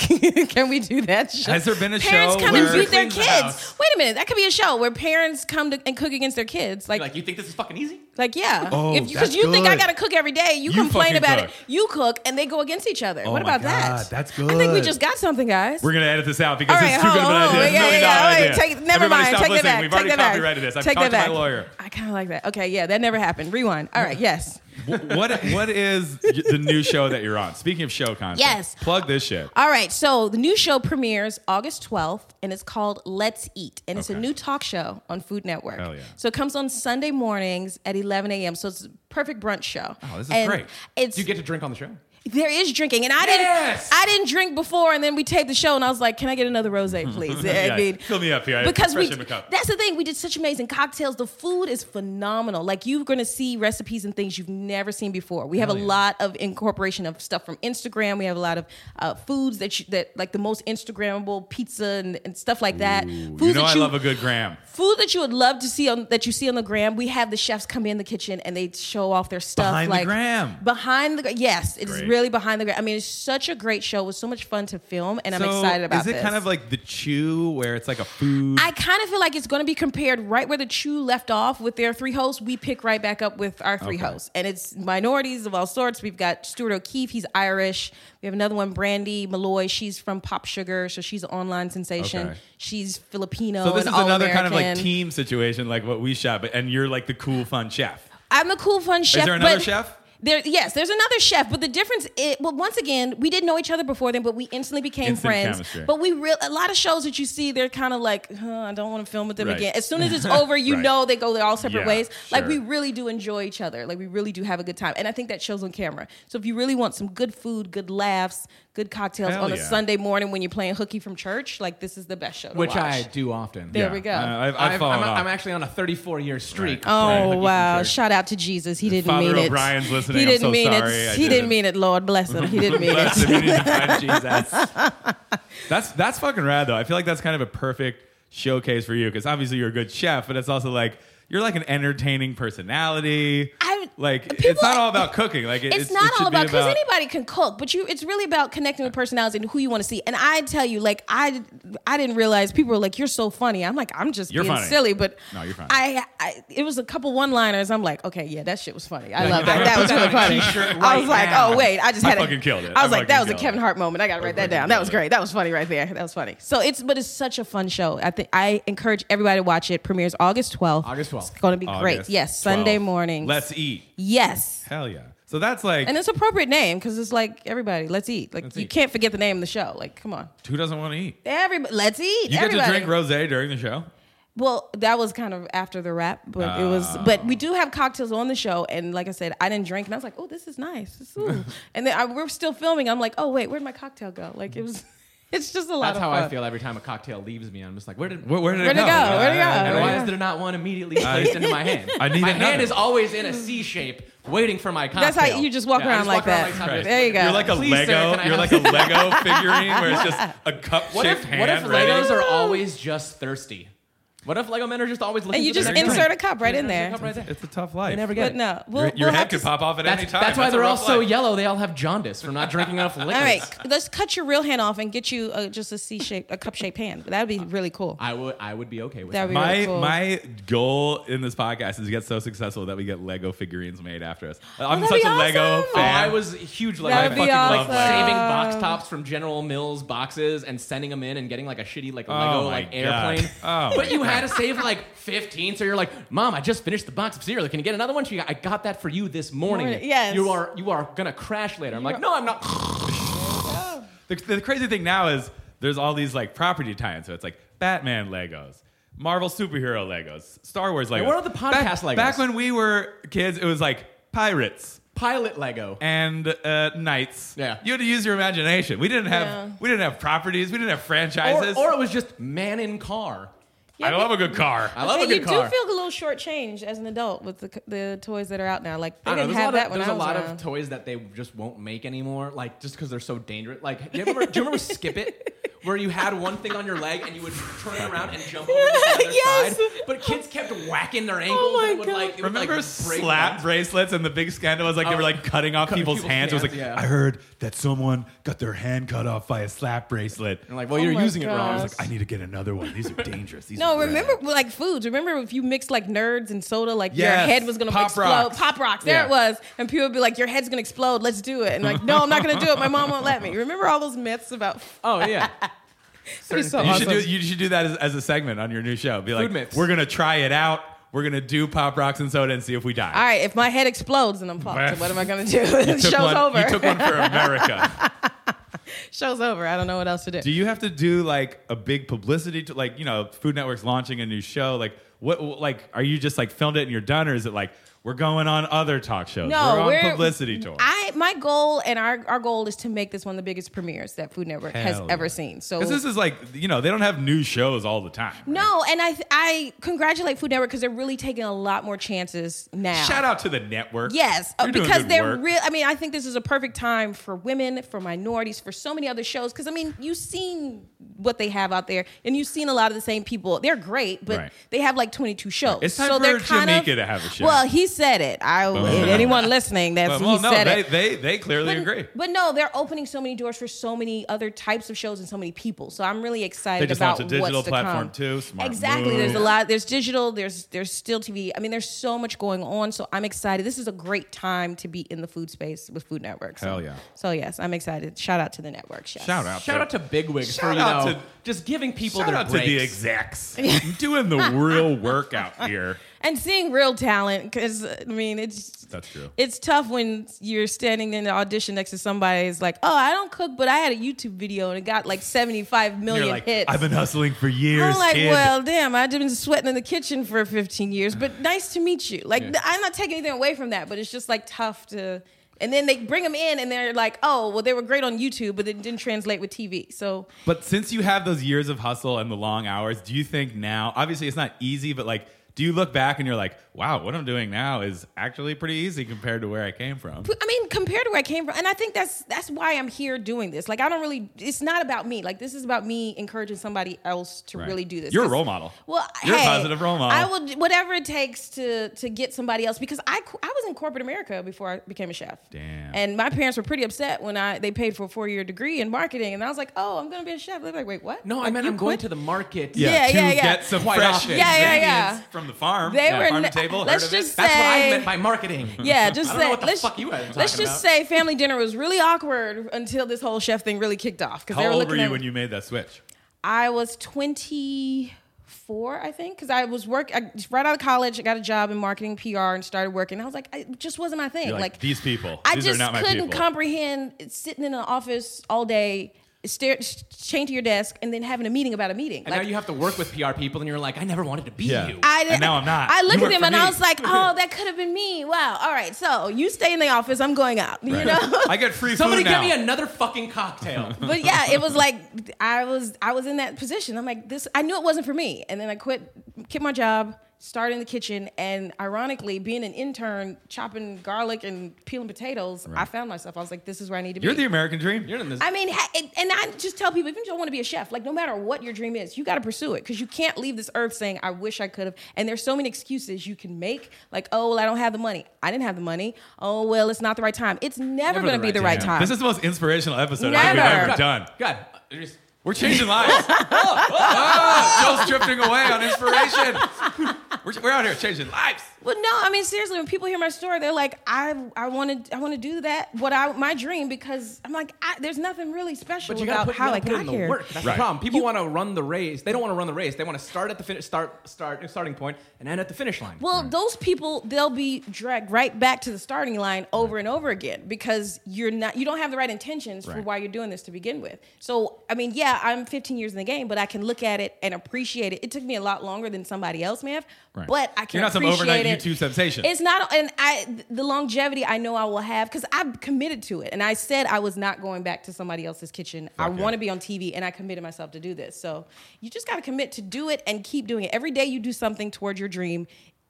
S3: Can we do that? Show?
S1: Has there been a
S3: parents
S1: show
S3: come
S1: where-
S3: and beat their
S2: Cleans the
S3: kids?
S2: house.
S3: Wait a minute, that could be a show where parents come to, and cook against their kids. Like,
S2: Like,
S3: like,
S2: you think this is fucking easy?
S3: yeah,
S1: Oh,
S3: If-
S1: that's
S3: you think I
S1: good.
S3: gotta cook every day, you,
S1: You
S3: complain
S1: fucking
S3: about
S1: cook. Oh
S3: it. You cook, and they go against each other. what
S1: my
S3: about that?
S1: God, that's
S3: I think we
S1: good.
S3: just got something, guys.
S1: We're gonna edit this out because
S3: All
S1: it's
S3: right,
S1: too good of
S3: hold
S1: an idea.
S3: on, hold on.
S1: It's a
S3: Yeah,
S1: million
S3: yeah,
S1: dollar
S3: all right,
S1: idea.
S3: take- never
S1: Everybody
S3: mind,
S1: stop
S3: take that
S1: listening.
S3: back,
S1: We've
S3: take
S1: already
S3: that back,
S1: copyrighted this. I've
S3: take that
S1: talked to my
S3: back.
S1: lawyer.
S3: I kind of like that. Okay, yeah, that never happened. Rewind. All right, yes.
S1: Wh- what what is y- the new show that you're on? Speaking of show content,
S3: Yes. Uh,
S1: plug this shit.
S3: All right, so the new show premieres August 12th, and it's called Let's Eat, and it's a
S1: Okay.
S3: new talk show on Food Network.
S1: Hell yeah.
S3: So it comes on Sunday mornings at 11 a.m. So it's a perfect brunch show.
S1: Oh, this is
S3: And
S1: great.
S3: It's
S2: Do you get to drink on the show?
S3: There is drinking, and I
S1: Yes!
S3: didn't. I didn't drink before, and then we taped the show, and I was like, "Can I get another rosé, please?" I mean,
S1: fill me up here. I-
S3: because we.
S1: freshen my cup.
S3: That's the thing. We did such amazing cocktails. The food is phenomenal. Like you're going to see recipes and things you've never seen before. We have a lot of incorporation of stuff from Instagram. We have a lot of uh, foods that you, that like the most Instagrammable pizza and, and stuff like that. Foods
S1: You know
S3: that
S1: I love a good gram.
S3: food that you would love to see on that you see on the gram. We have the chefs come in the kitchen and they show off their stuff
S1: Behind the
S3: like
S1: gram.
S3: Behind the gra- yes, it is
S1: Great.
S3: really behind the gram. I mean, it's such a great show. It was so much fun to film, and I'm
S1: So
S3: excited about
S1: Is it
S3: this.
S1: kind of like the chew where it's like a food?
S3: I kind of feel like it's going to be compared right where the Chew left off with their three hosts. We pick right back up with our three
S1: Okay.
S3: hosts, and it's minorities of all sorts. We've got Stuart O'Keefe, he's Irish. We have another one, Brandy Malloy. She's from Pop Sugar, so she's an online sensation.
S1: Okay.
S3: She's Filipino.
S1: so this is
S3: and
S1: another kind of like
S3: All-American.
S1: team situation, like what we shot, but and you're like the cool, fun chef.
S3: I'm the cool fun chef.
S1: there another
S3: but
S1: chef?
S3: There, yes, there's another chef, but the difference is, well, once again, we didn't know each other before then, but we instantly became
S1: Instant
S3: friends.
S1: chemistry.
S3: But we real a lot of shows that you see, they're kind of like, huh, I don't want to film with them
S1: Right.
S3: again. As soon as it's over, you
S1: Right.
S3: know they go their all separate
S1: Yeah,
S3: ways. Like
S1: sure.
S3: we really do enjoy each other. Like we really do have a good time, and I think that shows on camera. So if you really want some good food, good laughs, good cocktails
S1: Hell
S3: on a
S1: yeah.
S3: Sunday morning when you're playing hooky from church, like this is the best show. To
S2: which I
S3: watch.
S2: do often.
S3: There we go.
S1: I, Uh, I've, I've
S2: I've-
S1: fallen
S2: I'm,
S1: off.
S2: I'm actually on a 34 year streak.
S1: Right.
S2: of playing
S3: Oh
S2: hooky from
S3: wow!
S2: church.
S3: Shout out to Jesus. He didn't
S1: Father
S3: mean it.
S1: O'Brien's listening.
S3: He
S1: I'm
S3: didn't
S1: so
S3: mean
S1: sorry.
S3: it.
S1: I
S3: He didn't
S1: didn't-
S3: mean it. Lord bless him. He didn't mean
S1: Bless
S3: it.
S1: the meaning of God, Jesus. That's that's fucking rad though. I feel like that's kind of a perfect showcase for you because obviously you're a good chef, but it's also like you're like an entertaining personality.
S3: I-
S1: like it's
S3: people-
S1: not all about cooking. Like it-
S3: It's,
S1: it
S3: not
S1: should
S3: all
S1: be
S3: about because anybody can cook, but you. It's really about connecting with personalities and who you want to see. And I tell you, like I, I didn't realize people were like, "You're so funny." I'm like, I'm just
S1: You're
S3: being
S1: funny.
S3: silly, but
S1: No, you're funny.
S3: I, I, it was a couple one-liners. I'm like, okay, yeah, that shit was funny. I love
S1: I'm
S3: that.
S1: gonna
S3: That
S1: put
S3: was
S1: that
S3: really
S1: on a
S3: funny.
S1: t-shirt
S3: I
S1: right
S3: was like,
S1: now.
S3: oh wait, I just
S1: I
S3: had
S1: fucking
S3: a,
S1: killed it.
S3: I was
S1: I
S3: like, that was a
S1: fucking killed
S3: Kevin
S1: it.
S3: Hart moment. I got to write that
S1: fucking
S3: down. That was
S1: killed it.
S3: great. That was funny right there. That was funny. So it's, but it's such a fun show. I think I encourage everybody to watch it. Premieres August 12th.
S2: August 12th.
S3: It's going to be great.
S1: August
S3: Yes, Sunday
S1: 12th.
S3: morning.
S1: Let's eat.
S3: yes.
S1: Hell yeah. So that's like
S3: And it's appropriate name because it's like everybody, let's eat. Like
S1: Let's
S3: you
S1: eat.
S3: can't forget the name of the show. Like, come on,
S1: who doesn't want to eat?
S3: everybody, let's eat.
S1: You
S3: everybody.
S1: get to drink rosé during the show.
S3: well, that was kind of after the wrap, but it
S1: Ah.
S3: was. But we do have cocktails on the show, and like I said, I didn't drink, and I was like, oh, this is nice. This- ooh. and then I, we're still filming. I'm like, oh wait, where'd my cocktail go? Like it was. It's just a lot
S2: That's
S3: of
S2: how
S3: fun.
S2: I feel every time a cocktail leaves me. I'm just like, where did
S1: Where, where did
S3: Where'd
S1: it go?
S3: it go? Where'd it go?
S2: And why
S3: Oh, Yeah.
S2: is there not one immediately placed into my hand?
S1: I need
S2: my
S1: another.
S2: hand is always in a C shape, waiting for my cocktail.
S3: That's how you just walk
S2: Yeah, I
S3: around
S2: just
S3: like
S2: walk
S3: that.
S2: this.
S1: Right.
S3: There you go.
S1: You're like a
S2: Please, sir,
S1: Lego.
S2: can I
S1: you're like
S2: have
S1: a Lego figurine where it's just a cup
S2: What
S1: shaped
S2: if,
S1: hand.
S2: what if
S1: ready.
S2: Legos are always just thirsty? What if Lego men are just always looking?
S3: and you
S2: for the
S3: just
S2: next
S3: insert a
S2: drink?
S3: cup right in
S2: Insert a
S3: there.
S2: cup right there.
S1: It's a tough life.
S2: You never get
S3: But
S2: it.
S3: no, we'll,
S1: Your, your
S3: we'll
S1: head
S3: have to
S1: could pop off at
S2: That's,
S1: any time.
S2: that's why
S1: a
S2: they're all
S1: rough
S2: so
S1: life.
S2: yellow. They all have jaundice from not drinking enough liquid.
S3: All right, let's cut your real hand off and get you a, just a C shaped, a cup shaped hand. That would be really cool.
S2: I would I would be okay with
S3: That
S2: that.
S3: would be
S1: My
S3: really cool.
S1: my goal in this podcast is to get so successful that we get Lego figurines made after us. I'm
S3: that'd
S1: such
S3: be
S1: a Lego
S3: awesome.
S2: Oh,
S1: fan.
S2: I was a huge like,
S3: That
S1: would
S2: I
S1: be
S2: fucking like
S1: awesome.
S2: saving box tops from General Mills boxes and sending them in and getting like a shitty like
S1: my
S2: Lego like
S1: God.
S2: airplane.
S1: Oh
S2: but
S1: my
S2: you had to save like 15, so you're like, "Mom, I just finished the box of cereal. Can you get another one?" She, I got that for you this morning.
S3: Morning, yes.
S2: You are you are gonna crash later. I'm like, "No, I'm not."
S1: the, the crazy thing now is there's all these like property tie-ins. So it's like Batman Legos, Marvel superhero Legos, Star Wars Legos.
S2: what are the podcast
S1: back,
S2: Legos?
S1: Back when we were kids, it was like pirates
S2: Pilot Lego.
S1: and uh, knights.
S2: Yeah.
S1: you had to use your imagination. We didn't have
S3: Yeah.
S1: we didn't have properties. We didn't have
S2: Or,
S1: franchises.
S2: or it was just man in car.
S3: Yeah,
S1: I love a good car.
S2: I love
S3: But
S2: a good
S3: you
S2: car.
S3: do feel a little shortchanged as an adult with the, the toys that are out now. Like they
S2: I don't
S3: didn't
S2: know. There's a
S3: have
S2: lot,
S3: that
S2: of,
S3: when
S2: there's
S3: I
S2: a
S3: was
S2: lot
S3: around.
S2: of toys that they just won't make anymore, like just because they're so dangerous. Like, do you, ever, do you remember Skip It, where you had one thing on your leg and you would turn it around and jump over to the other
S3: Yes. Oh
S2: side? But kids kept whacking their ankles.
S3: my
S2: and would,
S3: God.
S2: Like, it would,
S1: Remember
S2: like, break
S1: slap
S2: them.
S1: bracelets and the big scandal was like they
S2: Oh.
S1: were like cutting off
S2: Cutting
S1: people's,
S2: people's
S1: hands. It was like
S2: hands, yeah.
S1: I heard that someone got their hand cut off by a slap bracelet.
S2: And like, well,
S3: Oh
S2: you're
S3: my
S2: using it wrong.
S3: gosh.
S2: I
S1: I
S2: was
S1: was like, I need to get another one. These are dangerous. These
S3: No,
S1: are
S3: remember
S1: rad."
S3: like foods. Remember if you mixed like nerds and soda, like your
S1: Yes.
S3: head was gonna
S1: Pop
S3: explode.
S1: rocks.
S3: Pop rocks. There
S2: Yeah.
S3: it was. And people would be like, "Your head's gonna explode. Let's do it." And like, "No, I'm not gonna do it. My mom won't let me." Remember all those myths about
S2: oh yeah. Certain
S3: so
S2: things.
S1: You
S3: awesome.
S1: should do you should do that as, as a segment on your new show. Be like,
S2: Food myths.
S1: we're gonna try it out. We're gonna do pop rocks and soda and see if we die.
S3: all right, if my head explodes and I'm popped, what am I gonna do?
S1: You took
S3: Show's
S1: one-
S3: over.
S1: You took one for America.
S3: Show's over. I don't know what else to do.
S1: Do you have to do like a big publicity to like you know Food Network's launching a new show? Like what? Like are you just like filmed it and you're done, or is it like We're going on other talk shows.
S3: No,
S1: we're on publicity tour.
S3: I my goal and our, our goal is to make this one of the biggest premieres that Food Network has
S1: Hell
S3: ever
S1: yeah.
S3: seen. So
S1: Because this is like, you know, they don't have new shows all the time. right?
S3: no, and I I congratulate Food Network because they're really taking a lot more chances now.
S1: Shout out to the network.
S3: Yes, uh,
S1: You're doing
S3: because
S1: good
S3: they're
S1: work.
S3: real. I mean, I think this is a perfect time for women, for minorities, for so many other shows. Because I mean, you've seen what they have out there, and you've seen a lot of the same people. They're great, but
S1: Right.
S3: they have like 22 shows.
S1: It's time
S3: so
S1: for
S3: they're kind
S1: Jamaica
S3: of,
S1: to have a show.
S3: Well, he said it. I
S1: Boom.
S3: anyone listening, that's
S1: But, well,
S3: he
S1: no,
S3: said
S1: they,
S3: it.
S1: they they clearly
S3: But-
S1: agree.
S3: But no, they're opening so many doors for so many other types of shows and so many people. So I'm really excited
S1: They just
S3: about
S1: launched a digital
S3: what's to
S1: platform
S3: come.
S1: too. Smart
S3: exactly.
S1: move.
S3: There's a lot. There's digital. There's there's still TV. I mean, there's so much going on. So I'm excited. This is a great time to be in the food space with Food Network. So,
S1: Hell yeah.
S3: So yes, I'm excited. Shout out to the network. Yes.
S1: Shout out.
S2: Shout
S1: to,
S2: out to bigwigs for
S1: Shout
S2: you
S1: out
S2: know
S1: to-
S2: just giving people
S1: shout
S2: their
S1: out to
S2: breaks.
S1: the execs. doing the real work out here.
S3: And seeing real talent, because I mean, it's
S1: That's true.
S3: It's tough when you're standing in the audition next to somebody. It's like, oh, I don't cook, but I had a YouTube video and it got like 75 million
S1: You're like,
S3: hits.
S1: I've been hustling for years.
S3: I'm like,
S1: kid.
S3: well, damn, I've been sweating in the kitchen for 15 years, but nice to meet you. Like, th- I'm not taking anything away from that, but it's just like tough to. And then they bring them in, and they're like, oh, well, they were great on YouTube, but it didn't translate with TV. So
S1: But since you have those years of hustle and the long hours, do you think now, obviously it's not easy, but like, do you look back and you're like, wow, what I'm doing now is actually pretty easy compared to where I came from?
S3: I mean, compared to where I came from, and I think that's that's why I'm here doing this. Like, I don't really. It's not about me. Like, this is about me encouraging somebody else to
S1: Right.
S3: really do this.
S1: You're a
S3: 'Cause-
S1: role model.
S3: Well,
S1: You're a
S3: hey,
S1: positive role model.
S3: I would whatever it takes to to get somebody else because I qu- I was in corporate America before I became a chef.
S1: Damn.
S3: And my parents were pretty upset when I they paid for a four year degree in marketing, and I was like, oh, I'm gonna be a chef. They're like, wait, what?
S2: No, I
S3: Like,
S2: meant
S3: you
S2: I'm going
S3: quit?
S2: to the market.
S3: Yeah,
S1: to
S3: yeah, yeah.
S1: get some
S2: Quite
S1: fresh
S2: often.
S3: Yeah, yeah, yeah.
S1: ingredients from the farm.
S3: They
S1: yeah,
S3: were
S1: farm to
S3: n-
S1: table.
S3: let's
S1: heard of it?
S3: just
S2: That's what I
S3: Say-
S2: meant by marketing.
S3: Yeah, just
S2: I don't
S3: say
S2: know what the
S3: let's,
S2: fuck you guys are
S3: let's
S2: talking
S3: just
S2: about.
S3: say family dinner was really awkward until this whole chef thing really kicked off. 'cause they
S1: How
S3: were
S1: old
S3: looking
S1: were you
S3: at-
S1: when you made that switch?
S3: I was 24, I think, because I was work I, right out of college. I got a job in marketing, PR, and started working. I was like, I, it just wasn't my thing.
S1: You're like, "These people.
S3: I
S1: These are
S3: just
S1: not my
S3: couldn't
S1: people."
S3: comprehend sitting in an office all day, stare, chained to your desk, and then having a meeting about a meeting.
S2: And now you have to work with PR people, and you're like, I never wanted to be
S1: Yeah.
S2: you.
S1: I-
S3: didn't-
S1: And now I'm not.
S3: I
S1: You
S3: looked at
S1: work
S3: him
S1: for
S3: and
S1: me.
S3: I was like, "Oh, that could have been me." Wow. All right. So you stay in the office. I'm going out. You
S1: Right.
S3: know.
S1: I get free
S2: Somebody
S1: food now.
S2: get me another fucking cocktail.
S3: but yeah, it was like I was I was in that position. I'm like this. I knew it wasn't for me, and then I quit, quit my job, started in the kitchen, and ironically, being an intern, chopping garlic and peeling potatoes, I found myself. I was like, this is where I need to
S1: You're
S3: be.
S1: the American dream.
S2: you're in this.
S3: I mean, ha- and and I just tell people, if you don't want to be a chef, like no matter what your dream is, you got to pursue it because you can't leave this earth saying, "I wish I could have." And there's so many excuses you can make, like, "Oh, well, I don't have the money. I didn't have the money. Oh, well, it's not the right time. It's never,
S2: Never
S3: going
S2: the
S3: to be
S2: right
S3: the right
S2: time.
S3: time."
S1: This is the most inspirational episode I think
S3: Never.
S1: we've ever done.
S2: God, you're just- oh.
S1: We're changing lives. oh, Joe's drifting away on inspiration. We're, we're out here changing lives.
S3: Well, no, I mean seriously, when people hear my story, they're like, "I, I want to, I want to do that, what I, my dream," because I'm like, I, there's nothing really special
S2: But you gotta
S3: about
S2: put,
S3: how
S2: you
S3: I
S2: gotta put
S3: got
S2: in the
S3: here.
S2: work. That's
S1: Right.
S2: the problem. People want to run the race. They don't want to run the race. They want to start at the finish, start, start, starting point, and end at the finish line.
S3: Well, those people, they'll be dragged right back to the starting line over and over again because you're not, you don't have the right intentions for
S1: Right.
S3: why you're doing this to begin with. So, I mean, yeah, I'm 15 years in the game, but I can look at it and appreciate it. It took me a lot longer than somebody else may have,
S1: Right.
S3: but I can.
S1: You're not some
S3: appreciate
S1: overnight
S3: it.
S1: YouTube sensation.
S3: It's not, and I the longevity I know I will have because I've committed to it, and I said I was not going back to somebody else's kitchen. I
S1: Fuck yeah.
S3: want to be on TV, and I committed myself to do this. So you just got to commit to do it and keep doing it. Every day you do something toward your dream,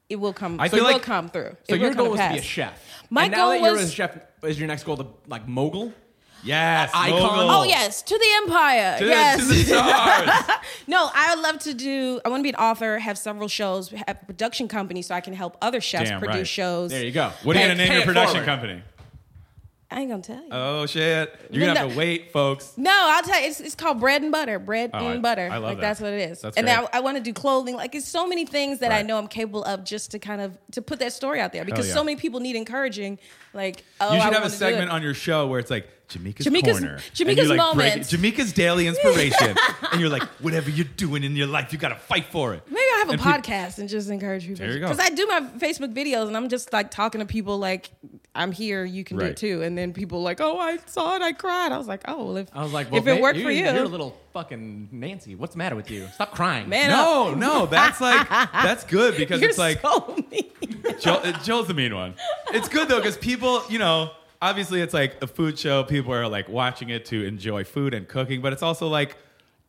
S3: it will come.
S1: I
S3: so
S1: feel
S3: it will
S1: like-
S3: come through.
S2: so
S3: It
S2: your
S3: will come
S2: goal was to be a
S3: pass.
S2: chef.
S3: My
S2: and now
S3: goal
S2: that you're
S3: was-
S2: a chef. Is your next goal to like mogul?
S1: Yes.
S2: Icon.
S1: mogul.
S3: Oh yes, to the empire.
S1: To the-
S3: yes,
S1: to the stars.
S3: No, I would love to do. I want to be an author, have several shows, have a production company, so I can help other chefs
S1: Damn
S3: produce
S1: right.
S3: shows.
S2: There you go.
S1: what are you
S2: Pay-
S1: going to name
S2: pay
S1: your
S2: it
S1: production
S2: forward.
S1: company?
S3: I ain't gonna tell you.
S1: Oh, shit. You're going to have to
S3: No.
S1: wait, folks.
S3: No, I'll tell you, it's, it's called bread and butter, bread
S1: Oh,
S3: and
S1: I-
S3: butter.
S1: I love
S3: like
S1: that.
S3: that's what it is.
S1: That's
S3: and
S1: great.
S3: I, I want to do clothing. Like it's so many things that I
S1: Right.
S3: know I'm capable of, just to kind of to put that story out there because
S1: yeah.
S3: so many people need encouraging. Like oh,
S1: you
S3: I
S1: should have a
S3: wanna do
S1: segment
S3: it.
S1: on your show where it's like Jamaica's,
S3: Jamaica's-
S1: corner,
S3: Jamaica's
S1: and you, like, break
S3: moments.
S1: it- Jamaica's daily inspiration, and you're like, whatever you're doing in your life, you gotta fight for it.
S3: Maybe I'll have a
S1: And peop-
S3: podcast and just encourage people.
S1: There you go.
S3: Because I do my Facebook videos and I'm just like talking to people like I'm here, you can do
S1: Right.
S3: it too. And then people like, oh, I saw it, I cried. I was like, oh, well, if,
S2: I was like, well,
S3: if it
S2: ma-
S3: worked
S2: you,
S3: for you,
S2: you're a little fucking Nancy. What's the matter with you? Stop crying.
S3: man, up.
S1: No, Oh, no, that's like that's good because
S3: you're
S1: it's like
S3: so mean.
S1: Joel, uh, Joel's the mean one. It's good though because people, you know, obviously it's like a food show. People are like watching it to enjoy food and cooking, but it's also like,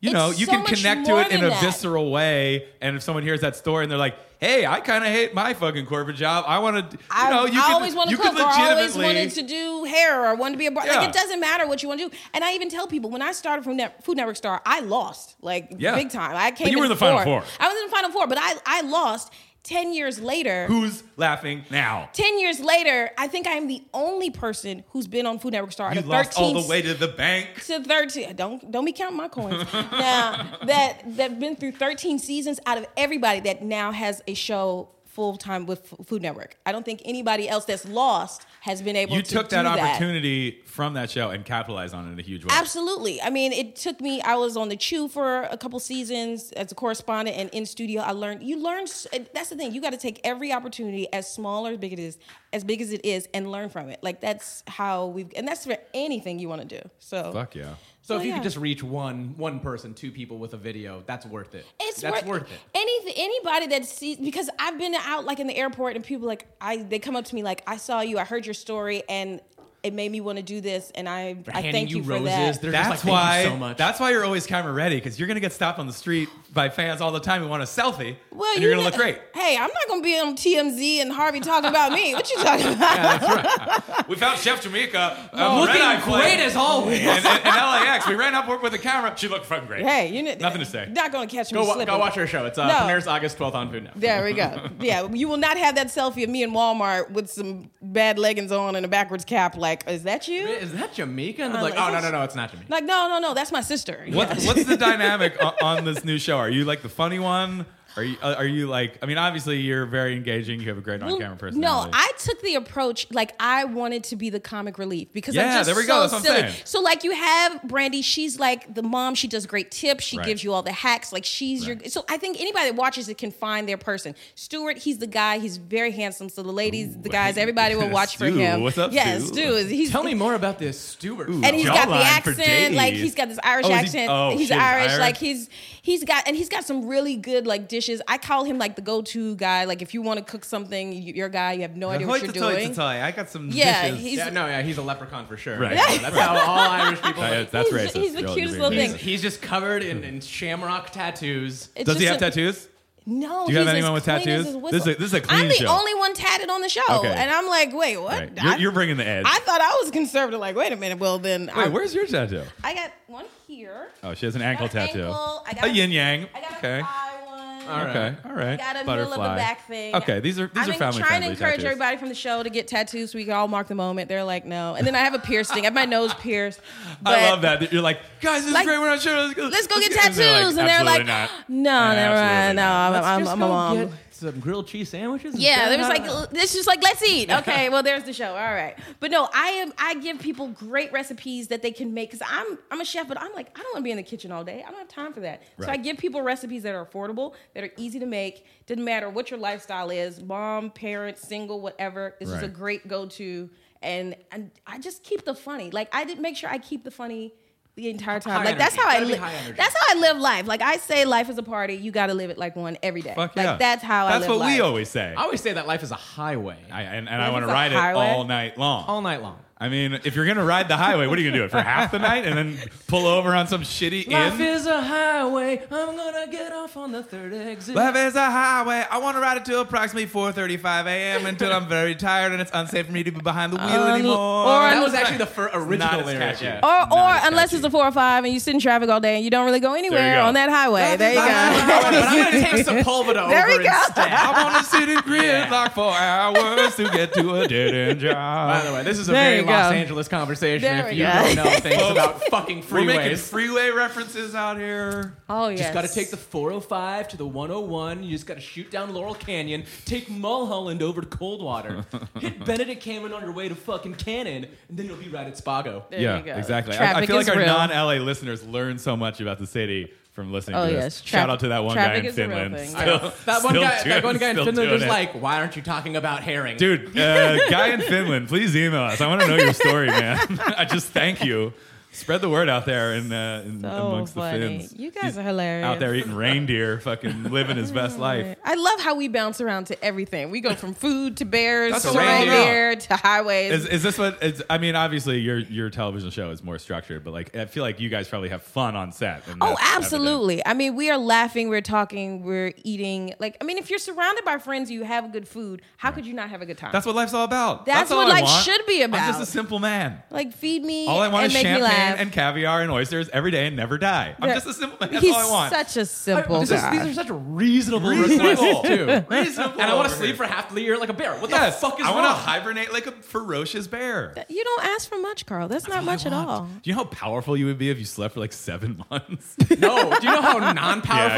S1: you
S3: It's
S1: know, you
S3: so
S1: can
S3: much
S1: connect
S3: more
S1: to it in
S3: than
S1: a
S3: that.
S1: visceral way. And if someone hears that story and they're like, "Hey, I kind of hate my fucking corporate job. I want to," you
S3: I,
S1: know, you
S3: I
S1: can,
S3: always want to
S1: you
S3: cook,
S1: can
S3: or I always
S1: legitimately.
S3: wanted to do hair, or wanted to be a bar.
S1: Yeah.
S3: Like it doesn't matter what you want to do. And I even tell people when I started from Net- Food Network Star, I lost like
S1: Yeah.
S3: big time. I came.
S1: But you were in the final four.
S3: I was in the final four, but I I lost ten years later.
S1: who's laughing now?
S3: 10 years later, I think I am the only person who's been on Food Network Star
S1: You
S3: at a 13
S1: lost all the way to the bank.
S3: to 13 don't don't be counting my coins now that that been through 13 seasons out of everybody that now has a show full time with F- Food Network. I don't think anybody else that's lost has been able
S1: You
S3: to
S1: took
S3: do
S1: that opportunity from that show and capitalized on it in a huge way.
S3: Absolutely. I mean, it took me. I was on the Chew for a couple seasons as a correspondent and in studio. I learned. You learn. s- That's the thing. You got to take every opportunity, as small or as big it is, as big as it is, and learn from it. Like that's how we've. And that's for anything you want to do. So
S1: Fuck yeah.
S2: So if
S3: So,
S2: you
S3: yeah.
S2: could just reach one one person, two people with a video, that's worth it.
S3: It's
S2: that's
S3: worth,
S2: worth, it.
S3: Any anybody that sees because I've been out like in the airport and people like I they come up to me like I saw you I heard your story and it made me want to do this and I I
S2: handing
S3: thank
S2: you
S3: you, for
S2: roses,
S3: that.
S2: they're-
S1: That's
S2: just like,
S1: why.
S2: thank you so much.
S1: That's why you're always camera ready because you're gonna get stopped on the street by fans all the time who want a selfie.
S3: well,
S1: and
S3: you
S1: you're gonna
S3: know-
S1: look great.
S3: Hey, I'm not gonna be on TMZ and Harvey talking about me. What you talking about?
S1: We found Chef Jamaica. uh,
S2: Oh,
S1: red eye
S2: looking great as always.
S1: in, in, in LAX. We ran up with a camera. She looked fucking great.
S3: Hey, you know,
S1: Nothing to say.
S3: Not gonna catch me
S2: Go, wa-
S3: slipping.
S2: go watch our show. It's uh,
S3: No.
S2: premieres August 12th on Food Network.
S3: There we go. Yeah, you will not have that selfie of me in Walmart with some bad leggings on and a backwards cap. Like, is that you?
S2: Is that Jamaica? And they're
S3: I'm
S2: like,
S3: like,
S2: oh, no,
S3: is
S2: no,
S3: this-
S2: no, it's not Jamaica.
S3: Like, no, no, no, that's my sister.
S1: What,
S3: Yeah.
S1: What's the dynamic on, on this new show? Are you like the funny one? Are you? Uh, are you like? I mean, obviously you're very engaging. You have a great
S3: Well,
S1: on-camera personality.
S3: No, I took the approach like I wanted to be the comic relief because
S1: Yeah,
S3: I'm just
S1: there we
S3: so
S1: go. That's what I'm
S3: silly.
S1: saying.
S3: So like you have Brandy, she's like the mom. She does great tips. She
S1: Right.
S3: gives you all the hacks. Like she's your.
S1: Right.
S3: So I think anybody that watches it can find their person. Stuart, he's the guy. He's very handsome. So the ladies, the guys, everybody will watch for
S1: Stu,
S3: him.
S1: what's up,
S3: yeah,
S1: Stu?
S3: Stu is he's.
S2: Tell me more about this Stewart.
S3: and he's got the
S1: Jawline for
S3: accent, like
S1: days.
S3: he's got this Irish
S1: Oh, is he-
S3: accent.
S1: oh,
S3: he's
S1: shit, he's
S3: Irish,
S1: Irish?
S3: like he's he's got and he's got some really good like dishes. I call him like the go-to guy. Like if you want to cook something, you- you're a guy. You have no idea what you're doing.
S1: I got some
S3: Yeah,
S1: dishes.
S3: he's-
S2: yeah, no, yeah, he's a leprechaun for sure.
S1: Right.
S2: Yeah, that's how all Irish people.
S1: Uh,
S2: Like.
S1: that's
S3: He's-
S1: racist.
S3: he's the
S1: Joel,
S3: cutest
S1: you're
S3: little
S1: being
S3: thing.
S1: racist.
S2: He's just covered in, in shamrock tattoos.
S3: It's
S1: Does he
S3: just
S1: have
S3: a-
S1: tattoos?
S3: No.
S1: Do you have
S3: he's
S1: anyone
S3: as
S1: with
S3: clean as
S1: tattoos?
S3: his
S1: This
S3: whistle.
S1: is a- this is a clean
S3: I'm the
S1: show.
S3: only one tatted on the show,
S1: Okay.
S3: and I'm like, wait, what?
S1: Right. You're,
S3: I,
S1: you're bringing the edge.
S3: I thought I was conservative. Like, wait a minute. Well, then, I,
S1: Wait, where's your tattoo?
S3: I got one here.
S1: Oh, she has an ankle
S3: got an
S1: tattoo.
S3: ankle, I got
S1: a
S3: a-
S1: yin yang.
S3: I got
S1: Okay.
S3: an eye one.
S2: All right.
S1: Okay. All right.
S3: Got a middle
S1: Butterfly.
S3: of the back thing.
S1: Okay. These are these
S3: I've
S1: are
S3: been
S1: family
S3: trying
S1: friendly
S3: to encourage
S1: tattoos.
S3: everybody from the show to get tattoos so we can all mark the moment. They're like, no. And then I have a piercing. I have my nose pierced. But
S1: I love that. that You're like, guys, this
S3: Like,
S1: is great. We're not sure. Let's go,
S3: Let's go get
S1: it."
S3: tattoos. And they're
S1: "Absolutely
S3: like,
S1: not."
S3: no,
S1: Yeah,
S3: never
S1: absolutely
S3: mind. No,
S1: not.
S3: I'm, I'm, I'm a mom.
S2: some grilled cheese sandwiches.
S3: Yeah, there was like l- this just like let's eat. Okay, well there's the show. All right. But no, I am I give people great recipes that they can make cuz I'm I'm a chef but I'm like I don't want to be in the kitchen all day. I don't have time for that. So I
S1: Right.
S3: give people recipes that are affordable, that are easy to make, doesn't matter what your lifestyle is, mom, parent, single, whatever. This is a
S1: Right.
S3: great go-to and, and I just keep the funny. Like I did make sure I keep the funny the entire time.
S2: High
S3: like that's
S2: energy.
S3: how I
S2: Gotta be
S3: li-
S2: high energy.
S3: that's how I live life. Like I say life is a party. You got to live it like one every day.
S1: Fuck
S3: like
S1: yeah.
S3: that's how I
S1: That's
S3: live
S1: what
S3: life.
S1: we always say.
S2: I always say that life is a highway,
S1: I, and and I
S3: Life
S1: want to
S3: is a
S1: ride it
S3: highway.
S1: all night long.
S2: all night long.
S1: I mean, if you're gonna ride the highway, what are you gonna do? It for half the night and then pull over on some shitty
S2: Life
S1: inn?
S2: is a highway. I'm gonna get off on the third exit.
S1: Life is a highway. I want to ride it till approximately 4:35 a.m. until I'm very tired and it's unsafe for me to be behind the wheel anymore.
S3: or
S2: that was actually the fir-
S1: not
S2: original
S1: as
S2: lyric.
S1: catchy.
S2: yeah.
S3: Or, or
S1: as
S3: unless
S1: catchy.
S3: it's a four or five and you sit in traffic all day and you don't really go anywhere
S1: go.
S3: on that highway. There you go.
S2: but I'm gonna take Sepulveda
S3: There
S2: over
S3: we go.
S2: instead.
S1: I'm on the city gridlock for hours to get to a dead end
S2: By
S1: job.
S2: the way, this is a
S3: There
S2: very
S3: you go.
S2: Los Angeles conversation.
S3: There
S2: if
S3: we
S2: you
S3: go.
S2: don't know things about fucking
S1: We're making
S2: freeways,
S1: freeway references out here.
S3: Oh yes.
S2: just got to take the 405 to the 101. You just got to shoot down Laurel Canyon, take Mulholland over to Coldwater, hit Benedict Cameron on your way to fucking Cannon, and then you'll be right at Spago.
S3: There you
S1: yeah,
S3: go.
S1: exactly. I- I,
S3: Traffic
S1: feel like
S3: is
S1: our
S3: real.
S1: non-LA listeners learn so much about the city from listening
S3: Oh,
S1: to this.
S3: yes.
S1: Shout
S3: Traffic-
S1: out to that one guy
S3: traffic
S1: in
S3: is a real
S1: Finland.
S3: thing.
S1: Still-
S2: That one
S1: still
S2: guy,
S1: doing-
S2: that one guy in
S1: still
S2: Finland
S1: doing
S2: was
S1: it.
S2: like, "Why aren't you talking about herring,
S1: dude, uh, guy in Finland, please email us. I want to know your story, man. I just thank you. Spread the word out there and uh, in,
S3: So
S1: amongst the
S3: funny.
S1: Finns.
S3: You guys are hilarious.
S1: Out there eating reindeer, fucking living his best life.
S3: I love how we bounce around to everything. We go from food to bears
S1: That's
S3: to
S1: a reindeer.
S3: reindeer to highways.
S1: Is, is this what? Is, I mean, obviously, your your television show is more structured, but like, I feel like you guys probably have fun on set. and
S3: Oh,
S1: that's evident.
S3: absolutely. I mean, we are laughing, we're talking, we're eating. Like, I mean, if you're surrounded by friends, you have good food. How could you not have a good time?
S1: That's what life's all about.
S3: That's
S1: all
S3: what
S1: I
S3: life
S1: want.
S3: should be
S1: I'm
S3: about.
S1: just a simple man.
S3: like, feed me
S1: All I want
S3: and
S1: is
S3: make me
S1: champagne
S3: laugh.
S1: and caviar and oysters every day and never die. I'm
S3: Yeah.
S1: just a simple man. That's
S3: He's
S1: all I want.
S3: such a simple
S2: This is-
S3: guy.
S2: these are such "Ah." reasonable
S1: Reasonable.
S2: requests too.
S1: Reasonable
S2: And I want
S1: over
S2: to sleep for half the year like a bear. What
S1: yes,
S2: the fuck is
S1: I
S2: wrong?
S1: want to hibernate like a ferocious bear.
S3: you don't ask for much, Carl. That's, not much at all.
S1: Do you know how powerful you would be if you slept for like seven months?
S2: No, do you know how
S1: Yeah,
S2: non-powerful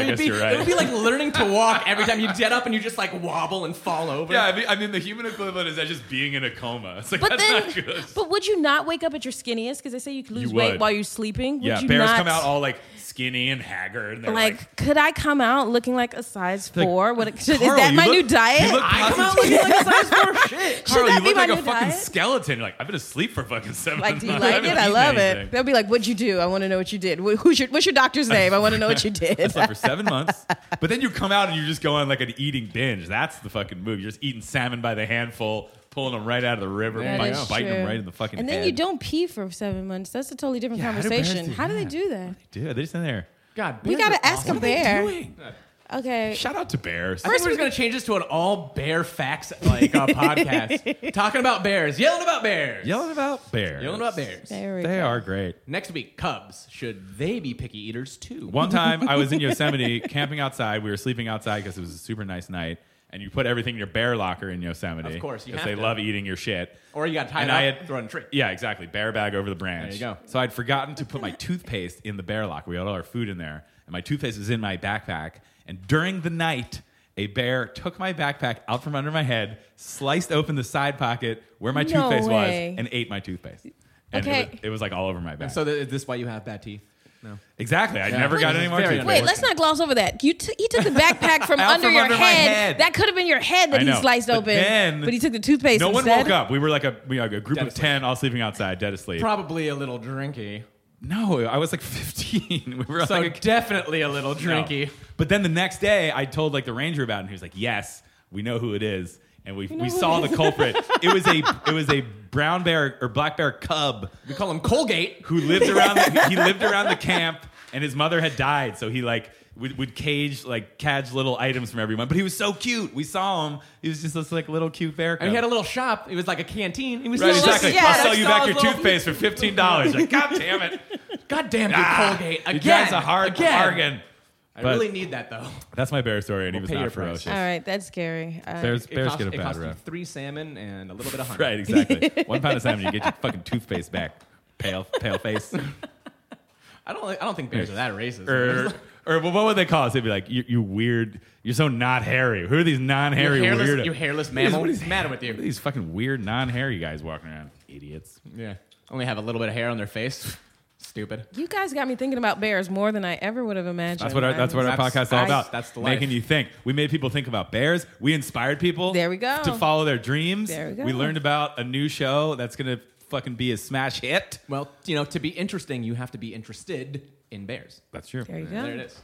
S1: I
S2: you'd
S1: guess
S2: be?
S1: you're right.
S2: It would be like learning to walk every time you get up and you just like wobble and fall over.
S1: yeah, I mean, I mean, the human equivalent is that just being in a coma. It's like
S3: But
S1: that's
S3: then,
S1: not good.
S3: but would you not wake up at your skinniest? Because they say you can
S1: You
S3: lose
S1: would.
S3: weight while you're sleeping. Would
S1: Yeah,
S3: you
S1: bears
S3: not,
S1: come out all like skinny and haggard. And they're
S3: like,
S1: like,
S3: could I come out looking like a size
S1: Like,
S3: four? What, should,
S1: Carl,
S3: is that
S1: you
S3: my
S1: look-
S3: new
S1: you
S3: diet?
S1: look
S2: I come out
S1: positive.
S2: looking like a size four shit.
S3: should
S1: Carl,
S3: that
S1: you
S3: be
S1: look
S3: my
S1: like a
S3: new
S1: fucking
S3: diet?
S1: skeleton. You're like, I've been asleep for fucking seven
S3: Like, do you
S1: months.
S3: like
S1: haven't
S3: it? I
S1: eaten
S3: love
S1: anything."
S3: it. They'll be like, "What'd you do? I want to know what you did. Wh- Who's your What's your doctor's name? I want to know what you
S1: I
S3: did."
S1: slept for seven months. But then you come out and you just go on like an eating binge. That's the fucking move. You're just eating salmon by the handful, pulling them right out of the river,
S2: That
S1: bite,
S2: is
S1: biting them right in the fucking
S3: And then
S1: head.
S3: you don't pee for seven months. That's a totally different
S1: Yeah, how do bears
S3: conversation.
S1: do
S3: How do they
S1: that?
S3: do that?
S1: Dude, they're just in there.
S2: God,
S3: We
S2: bears
S3: gotta
S2: are
S3: ask a
S2: awesome.
S3: bear.
S2: What are they doing?
S3: Okay.
S1: Shout out to bears.
S2: I think we're just gonna change this to an all bear facts like uh, podcast, talking about bears, yelling about bears,
S1: Yelling about bears.
S2: yelling about bears.
S3: There we
S1: They
S3: go.
S1: are great.
S2: Next week, Cubs. Should they be picky eaters too?
S1: One time I was in Yosemite camping outside. We were sleeping outside because it was a super nice night. And you put everything in your bear locker in Yosemite.
S2: Of course, you
S1: because
S2: have
S1: they
S2: to.
S1: love eating your shit.
S2: Or you got tied
S1: And
S2: up,
S1: I had-
S2: thrown a tree.
S1: Yeah, exactly. Bear bag over the branch.
S2: There you go.
S1: So I'd forgotten to put my toothpaste in the bear locker. We had all our food in there, and my toothpaste was in my backpack. And during the night, a bear took my backpack out from under my head, sliced open the side pocket where my
S3: No
S1: toothpaste
S3: way.
S1: was, and ate my toothpaste. And it,
S3: Okay.
S1: was, it was like all over my back.
S2: So th- is this why you have bad teeth? No.
S1: exactly. I never got
S2: This
S1: any
S2: is
S1: more
S2: very
S1: toothpaste.
S3: Wait, let's not gloss over that. You t- he took the backpack from
S1: Out
S3: under
S1: from
S3: your
S1: under my
S3: head.
S1: head.
S3: That could have been your head that
S1: I
S3: he
S1: know.
S3: sliced
S1: But
S3: open.
S1: then-
S3: but he took the toothpaste.
S1: No one
S3: instead.
S1: woke up. We were like a, we were like a group
S2: Dead
S1: of
S2: asleep.
S1: 10 all sleeping outside, dead asleep.
S2: Probably a little drinky.
S1: no, I was like 15. We were
S2: So
S1: like a
S2: definitely a little
S1: No.
S2: drinky.
S1: But then the next day, I told like the ranger about it, and he was like, "Yes, we know who it is." And we, we saw the culprit. It was a it was a brown bear or black bear cub
S2: We call him Colgate.
S1: who lived around the, he lived around the camp, and his mother had died, so he like would, would cage like catch little items from everyone. But he was so cute. We saw him. He was just this like little cute bear. Cub.
S2: And he had a little shop. It was like a canteen. He was
S1: Right,
S2: just like-
S1: exactly.
S3: yeah,
S1: I'll sell
S2: that's
S1: you
S2: all
S1: back
S2: his
S1: your
S2: little-
S1: toothpaste for fifteen dollars. Like, God damn it!
S2: God damn you,
S1: Ah,
S2: Colgate.
S1: he
S2: Again.
S1: drives a hard
S2: again.
S1: bargain.
S2: I
S1: But-
S2: really need that though.
S1: That's my bear story, and he
S2: We'll
S1: was
S2: pay your
S1: not
S2: price.
S1: ferocious.
S3: All right, that's scary. All right.
S1: Bears,
S2: It
S1: bears
S2: cost-
S1: get a
S2: it
S1: bad
S2: cost you
S1: rap.
S2: three salmon and a little bit of honey.
S1: Right, exactly. One pound of salmon, you get your fucking toothpaste back. Pale, pale face.
S2: I don't. I don't think bears are that racist.
S1: or, or well, what would they call us? They'd be like, you, you weird, you're so not hairy. Who are these non-hairy
S2: you hairless,
S1: weirdos?
S2: you hairless
S1: What is-
S2: mammal.
S1: what is-
S2: What's the matter with
S1: Look at
S2: you?
S1: these fucking weird non-hairy guys walking around, idiots.
S2: Yeah. Only have a little bit of hair on their face. Stupid.
S3: You guys got me thinking about bears more than I ever would have imagined.
S1: That's what our, that's what our
S2: That's-
S1: podcast is all
S2: I-
S1: about.
S2: that's the life.
S1: making you think. We made people think about bears. We inspired people.
S3: There we go.
S1: To follow their dreams.
S3: There we go.
S1: learned about a new show that's gonna fucking be a smash hit.
S2: Well, you know, to be interesting, you have to be interested in bears.
S1: That's true.
S3: There you
S2: There it
S3: go.
S2: is.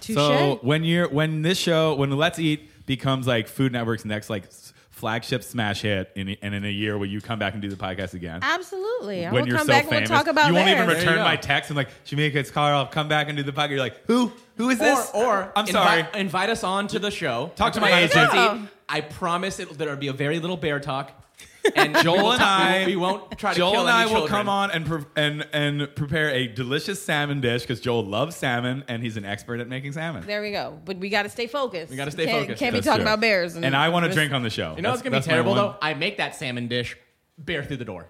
S3: Touche.
S1: So when you're when this show when Let's Eat becomes like Food Network's next like s- flagship smash hit, in, and in a year will you come back and do the podcast again?
S3: Absolutely. I
S1: when
S3: will
S1: you're
S3: come
S1: so
S3: back
S1: famous,
S3: and we'll talk about
S1: you won't
S3: bears.
S1: even
S2: you
S1: return
S2: go.
S1: my text and like Jamaica, it's Carl. Come back and do the podcast. You're like, who? Who is this?
S2: Or, or
S1: I'm
S2: invi-
S1: sorry.
S2: Invite us on to the show.
S1: Talk to my
S2: Invite us
S1: agent.
S2: to eat. I promise it, there'll be a very little bear talk. And we
S1: Joel
S2: will
S1: and
S2: talk- we
S1: I,
S2: will- we won't try to
S1: Joel
S2: kill
S1: and
S2: any
S1: I will
S2: children.
S1: come on and pre- and and prepare a delicious salmon dish because Joel loves salmon and he's an expert at making salmon.
S3: There we go. But we got to stay focused. We
S2: gotta stay
S3: can't,
S2: focused.
S3: Can't be
S1: That's
S3: talking
S1: true.
S3: about bears.
S1: And I want to drink on the show.
S2: You know
S1: That's-
S2: what's gonna be
S1: that's my
S2: terrible
S1: one-
S2: though? I make that salmon dish, bear through the door.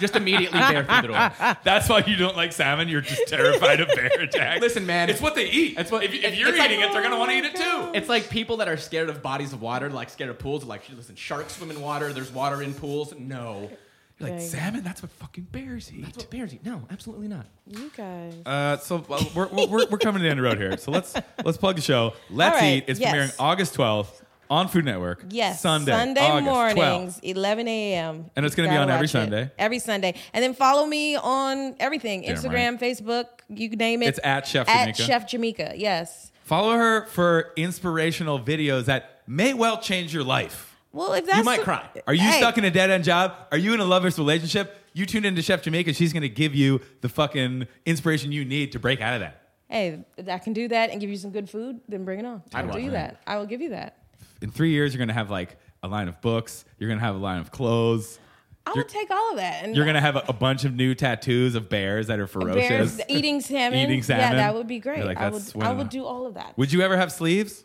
S2: Just immediately bear through the door.
S1: That's why you don't like salmon. You're just terrified of bear attacks.
S2: Listen, man.
S1: it's what they eat.
S2: It's what-
S1: if, if
S2: it-
S1: you're
S2: it's like-
S1: eating it, they're gonna want to eat it too.
S2: It's like people that are scared of bodies of water, like scared of pools. Like, listen, sharks swim in water. There's water in pools. No,
S1: You're like
S4: Right.
S1: salmon. That's what fucking bears eat.
S2: That's what bears eat. No, absolutely not.
S4: You guys.
S1: Uh, so uh, we're, we're, we're- we're coming to the end of the road here. So let's let's plug the show. Let's
S4: All right,
S1: eat. It's
S4: yes.
S1: premiering August 12th on Food Network.
S4: Yes,
S1: Sunday,
S4: Sunday
S1: August 12th.
S4: mornings, 11 a.m.
S1: And it's
S4: You
S1: gonna be
S4: gotta
S1: on
S4: watch
S1: every
S4: it.
S1: Sunday.
S4: Every Sunday, and then follow me on everything:
S1: Damn
S4: Instagram, Facebook, you can name it.
S1: It's at Chef
S4: at
S1: Jamaica.
S4: Chef Jamaica. Yes.
S1: Follow her for inspirational videos that may well change your life.
S4: Well, if that's
S2: might cry.
S1: Are you
S4: Hey,
S1: stuck in a dead end job? Are you in a lover's relationship? You tune into Chef Jamaica. She's going to give you the fucking inspiration you need to break out of that.
S4: Hey,
S3: If I can do that and give you some good food, then bring it on.
S2: I'd
S3: I'll
S2: watch
S3: do you
S2: that.
S3: that. I will give you that.
S1: In three years, you're going to have like a line of books. You're going to have a line of clothes.
S3: I
S1: You're-
S3: will take all of that. And
S1: You're going to have a, a bunch of new tattoos of bears that are ferocious.
S3: bears e- eating salmon.
S1: Eating
S3: Yeah,
S1: salmon.
S3: that would be great.
S1: You're like,
S3: I would.
S1: that's
S3: I
S1: one-
S3: would do all of that.
S1: Would you ever have sleeves?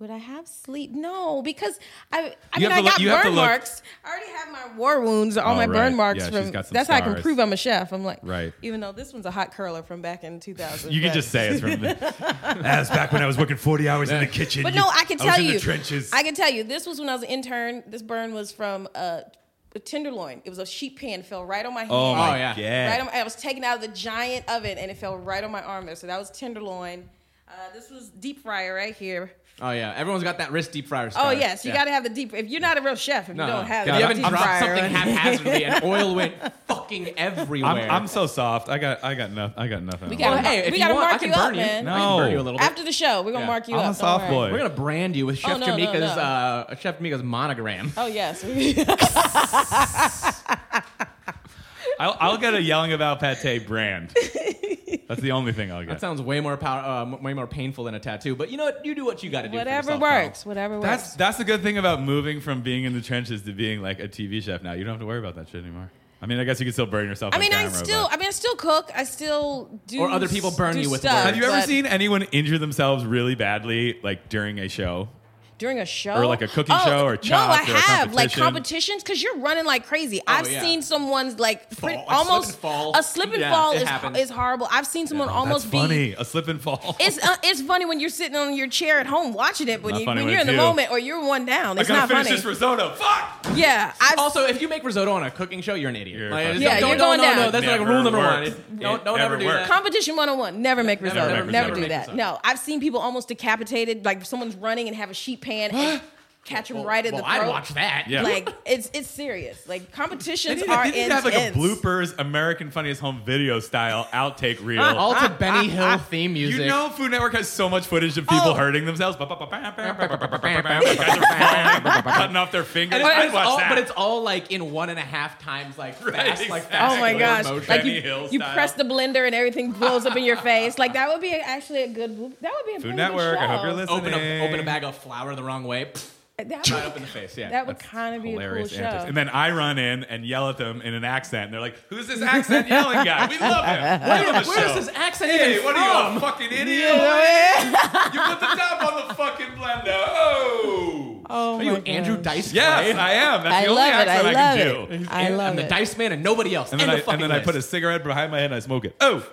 S3: Would I have sleep? No, because I. I
S1: You
S3: mean,
S1: have
S3: I
S1: to look-
S3: got
S1: you have to
S3: burn
S1: look-
S3: marks. I already have my war wounds,
S1: Oh,
S3: all my
S1: right.
S3: burn marks
S1: Yeah,
S3: from.
S1: she's got some
S3: that's how I can
S1: scars.
S3: prove I'm a chef. I'm like,
S1: Right.
S3: Even though this one's a hot curler from back in 2000.
S1: You can
S3: but-
S1: just say it's from the. That's back when I was working 40 hours in the kitchen.
S3: But
S1: You-
S3: no, I can tell
S1: was in
S3: you.
S1: the trenches.
S3: I can tell you. This was when I was an intern. This burn was from uh, a tenderloin. It was a sheep pan. Fell right on my hand.
S1: oh, my
S2: Oh, yeah.
S1: God.
S3: Right on, I was taken out of the giant oven and it fell right on my arm there. So that was tenderloin. Uh, this was deep fryer right here.
S2: Oh yeah, everyone's got that wrist deep fryer.
S3: Oh
S2: scar.
S3: yes, you
S2: Yeah.
S3: got to have the deep. If you're not a real chef, if you don't have,
S2: if
S1: God,
S3: the
S1: I'm-
S2: you haven't
S3: deep
S2: dropped
S3: fryer,
S2: something haphazardly, and oil went fucking everywhere.
S1: I'm, I'm so soft. I got I got nothing. I got nothing.
S3: We
S1: else.
S2: Well,
S3: got-
S2: hey,
S3: We
S2: if you
S3: gotta
S2: want, I
S3: mark
S2: can
S3: you up,
S2: burn you.
S3: man.
S2: I can burn you a
S1: No.
S2: little bit.
S3: after the show, we're gonna
S2: Yeah.
S3: mark you
S1: I'm
S3: up.
S1: a
S3: don't
S1: soft
S3: worry.
S1: boy.
S2: We're gonna brand you with Chef
S3: no, no,
S2: Jamaica's
S3: no.
S2: Uh, Chef Jamaica's monogram.
S3: Oh yes.
S1: I'll, I'll get a yelling about pate brand. That's the only thing I'll get.
S2: That sounds way more power, uh, m- way more painful than a tattoo. But you know what? You do what you got to do. for
S3: whatever
S2: yourself, pal.
S3: works. Whatever
S1: that's
S3: works.
S1: that's the good thing about moving from being in the trenches to being like a TV chef now. You don't have to worry about that shit anymore. I mean, I guess you can still burn yourself.
S3: I
S1: on
S3: mean, I
S1: camera,
S3: still.
S1: but-
S3: I mean, I still cook. I still do.
S2: Or other people burn
S3: do
S2: you with
S3: stuff,
S2: words.
S1: have you ever
S3: but
S1: seen anyone injure themselves really badly, like during a show?
S3: during a show
S1: Or like a cooking show or
S3: No, I
S1: Chopped or a
S3: have like
S1: competition?
S3: competitions because you're running like crazy. I've
S2: yeah.
S3: seen someone's like
S2: Fall,
S3: pre-
S2: like slip
S3: almost
S2: and fall.
S3: a slip and
S2: Yeah,
S3: fall
S2: it
S3: is
S2: happens.
S3: is horrible. I've seen someone
S1: Oh,
S3: almost
S1: that's
S3: be
S1: funny. A slip and fall.
S3: It's uh, it's funny when you're sitting on your chair at home watching it, but
S1: Not
S3: you,
S1: funny
S3: when
S1: when
S3: you're
S1: it's
S3: in the
S1: you.
S3: moment or you're one down,
S1: I
S3: it's
S1: gotta
S3: not
S1: finish
S3: funny.
S1: this risotto. Fuck.
S3: yeah, I've,
S2: Also, if you make risotto on a cooking show, you're an idiot.
S1: You're
S2: Like,
S1: fucking-
S2: just
S3: Yeah,
S2: don't,
S3: you're
S2: no,
S3: going
S2: no,
S3: down.
S2: No, that's like
S1: Never
S2: rule number one.
S1: works.
S2: It- Don't,
S1: It
S2: don't
S1: never
S2: ever do
S1: works.
S2: that.
S3: competition 101 never make risotto
S1: never,
S3: never,
S1: never
S3: do
S1: make
S3: that
S2: risotto.
S3: no i've seen people almost decapitated like someone's running and have a sheet pan and catch them
S2: Well,
S3: right in
S2: well,
S3: the throat
S2: I'd watch that.
S1: Yeah.
S3: like it's it's serious like
S1: They
S3: competitions
S1: need, to-
S3: are
S1: they need to have like
S3: intense.
S1: a bloopers American Funniest Home Video style outtake reel.
S2: All
S3: Ah,
S2: to Benny Hill theme music.
S1: You know, Food Network has so much footage of people
S3: Oh.
S1: hurting themselves, Ba- ba- ba- ba- ba- ba- ba- ba- ba- ba- ba- guys are falling, cutting off their fingers.
S2: And it's,
S1: I'd
S2: it's
S1: watch
S2: all,
S1: that.
S2: but it's all like in one and a half times, like fast, like
S1: exactly.
S2: fast.
S3: Oh my
S2: slow
S3: gosh!
S2: motion.
S3: Like
S1: Benny
S3: you,
S1: Hill
S3: you
S1: style.
S3: press the blender and everything blows up in your face. Like that would be actually a good. That would be a
S1: Food
S3: pretty
S1: Network.
S3: Good show.
S1: I hope you're listening.
S2: open a open a bag of flour the wrong way, pfft,
S3: That
S2: right
S3: would,
S2: up in the face. Yeah.
S3: that would kind of be a cool
S1: Hilarious
S3: show.
S1: antics. And then I run in and yell at them in an accent. And they're like, "Who's this accent yelling guy? We love him. We love the
S2: Where
S1: show.
S2: is this accent
S1: Hey,
S2: even
S1: what are you, a
S2: from?
S1: fucking idiot? you put the top on the fucking blender. Oh.
S3: oh
S2: Are
S3: my
S2: you
S3: God.
S2: Andrew Dice?
S1: Yes,
S2: Clay?
S1: I am. That's
S3: I
S1: the only
S3: love
S1: accent
S3: it. I
S1: I, can
S3: love
S1: do.
S3: it. I
S2: I'm
S3: love
S2: the
S3: it.
S2: Dice Man and nobody else.
S1: And then,
S2: End
S1: I,
S2: of
S1: and then I
S2: fucking
S1: put a
S2: list.
S1: cigarette behind my head and I smoke it. Oh,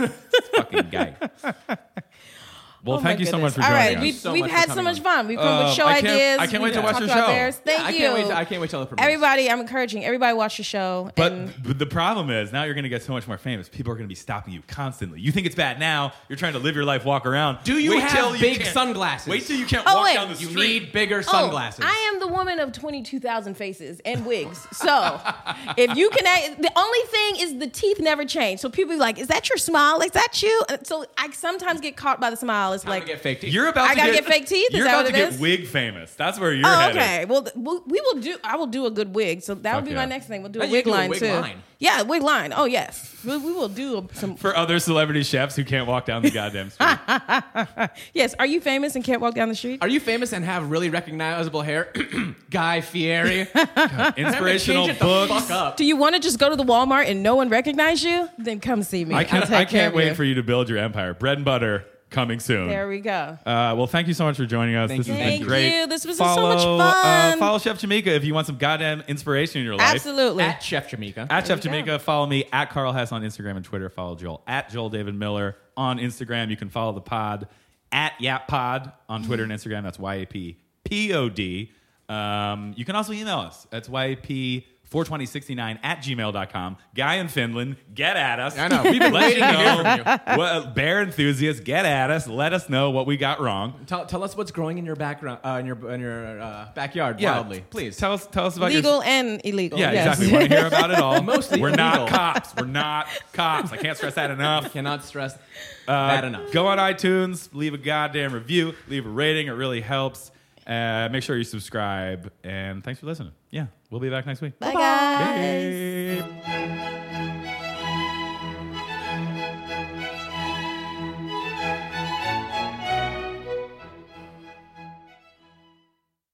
S1: fucking guy. Well,
S3: Oh my
S1: thank you so much
S3: goodness.
S1: for joining
S3: All right,
S1: us.
S3: we've,
S2: So
S3: we've
S2: much for
S3: had so
S2: coming
S3: much
S2: on.
S3: fun. We've come
S1: Um,
S3: with show
S1: I can't-
S3: ideas.
S1: I can't wait to
S3: We've
S1: watch
S3: talked
S1: the
S3: about
S1: show.
S3: theirs. Thank
S2: I
S3: you.
S2: Can't wait to, I can't wait till the premiere.
S3: Everybody, I'm encouraging everybody watch the show. and
S1: But, but the problem is now you're going to get so much more famous. People are going to be stopping you constantly. You think it's bad now. You're trying to live your life, walk around.
S2: Do you
S1: Wait
S2: have
S1: till you
S2: big
S1: can't-
S2: sunglasses?
S1: Wait till you can't
S3: Oh,
S1: walk
S3: wait.
S1: down the
S2: You
S1: street.
S2: need bigger
S3: Oh,
S2: sunglasses.
S3: I am the woman of 22,000 faces and wigs. So if you can, act- the only thing is the teeth never change. So people be like, is that your smile? Is that you? And So I sometimes get caught by the smile. It's
S2: Time
S3: like,
S2: to get fake teeth.
S1: you're about
S3: I
S1: to
S3: gotta get fake teeth? Is
S1: You're
S3: that
S1: about
S3: what
S1: to
S3: it
S1: get
S3: is?
S1: wig famous. That's where you're
S3: Oh,
S1: headed.
S3: okay. Well, th- we we will do. I will do a good wig. So that
S1: Fuck
S3: would be
S1: yeah.
S3: my next thing. We'll do
S2: Now
S3: a
S2: you
S3: wig
S2: do a
S3: line
S2: wig
S3: too.
S2: line.
S3: Yeah, wig line. Oh yes, we, we will do a- some.
S1: For other celebrity chefs who can't walk down the goddamn street.
S3: Yes. Are you famous and can't walk down the street?
S2: Are you famous and have really recognizable hair? Guy Fieri.
S1: Inspirational
S2: Change it
S1: books.
S2: The fuck up.
S3: do you want to just go to the Walmart and no one recognize you? Then come see me.
S1: I can't,
S3: I'll take
S1: I
S3: care
S1: can't
S3: of
S1: wait
S3: you.
S1: for you to build your empire. Bread and butter coming soon.
S3: There we go.
S1: Uh, well, thank you so much for joining us.
S2: Thank
S1: this
S2: you.
S1: has
S2: Thank
S1: been great.
S3: you. This was so
S1: follow,
S3: much
S1: Uh,
S3: fun.
S1: follow Chef Jamaica if you want some goddamn inspiration in your life.
S3: Absolutely.
S2: At Chef Jamaica.
S1: At Chef
S3: you go.
S1: Jamaica, follow me at Carl Hess on Instagram and Twitter. Follow Joel at Joel David Miller on Instagram. You can follow the pod at Yap Pod on Twitter and Instagram. That's Y A P P O D. Um, you can also email us. That's Y A P 42069 at gmail.com. Guy in Finland, get at us.
S2: I know. We've been
S1: Let
S2: waiting to hear
S1: you know. What, bear enthusiasts, get at us. Let us know what we got wrong.
S2: Tell, tell us what's growing in your background, uh, in your in your uh, backyard wildly, please.
S1: Tell us, tell us about your
S4: Legal and illegal.
S1: Yeah,
S4: yes.
S1: exactly. We want to hear about it all.
S2: Mostly
S1: We're not
S2: illegal.
S1: cops. We're not cops. I can't stress that enough.
S2: Cannot stress
S1: Uh,
S2: that enough.
S1: Go on iTunes, leave a goddamn review, leave a rating. It really helps. Uh, make sure you subscribe. And thanks for listening. Yeah, we'll be back next week.
S4: Bye, guys.
S1: Bye.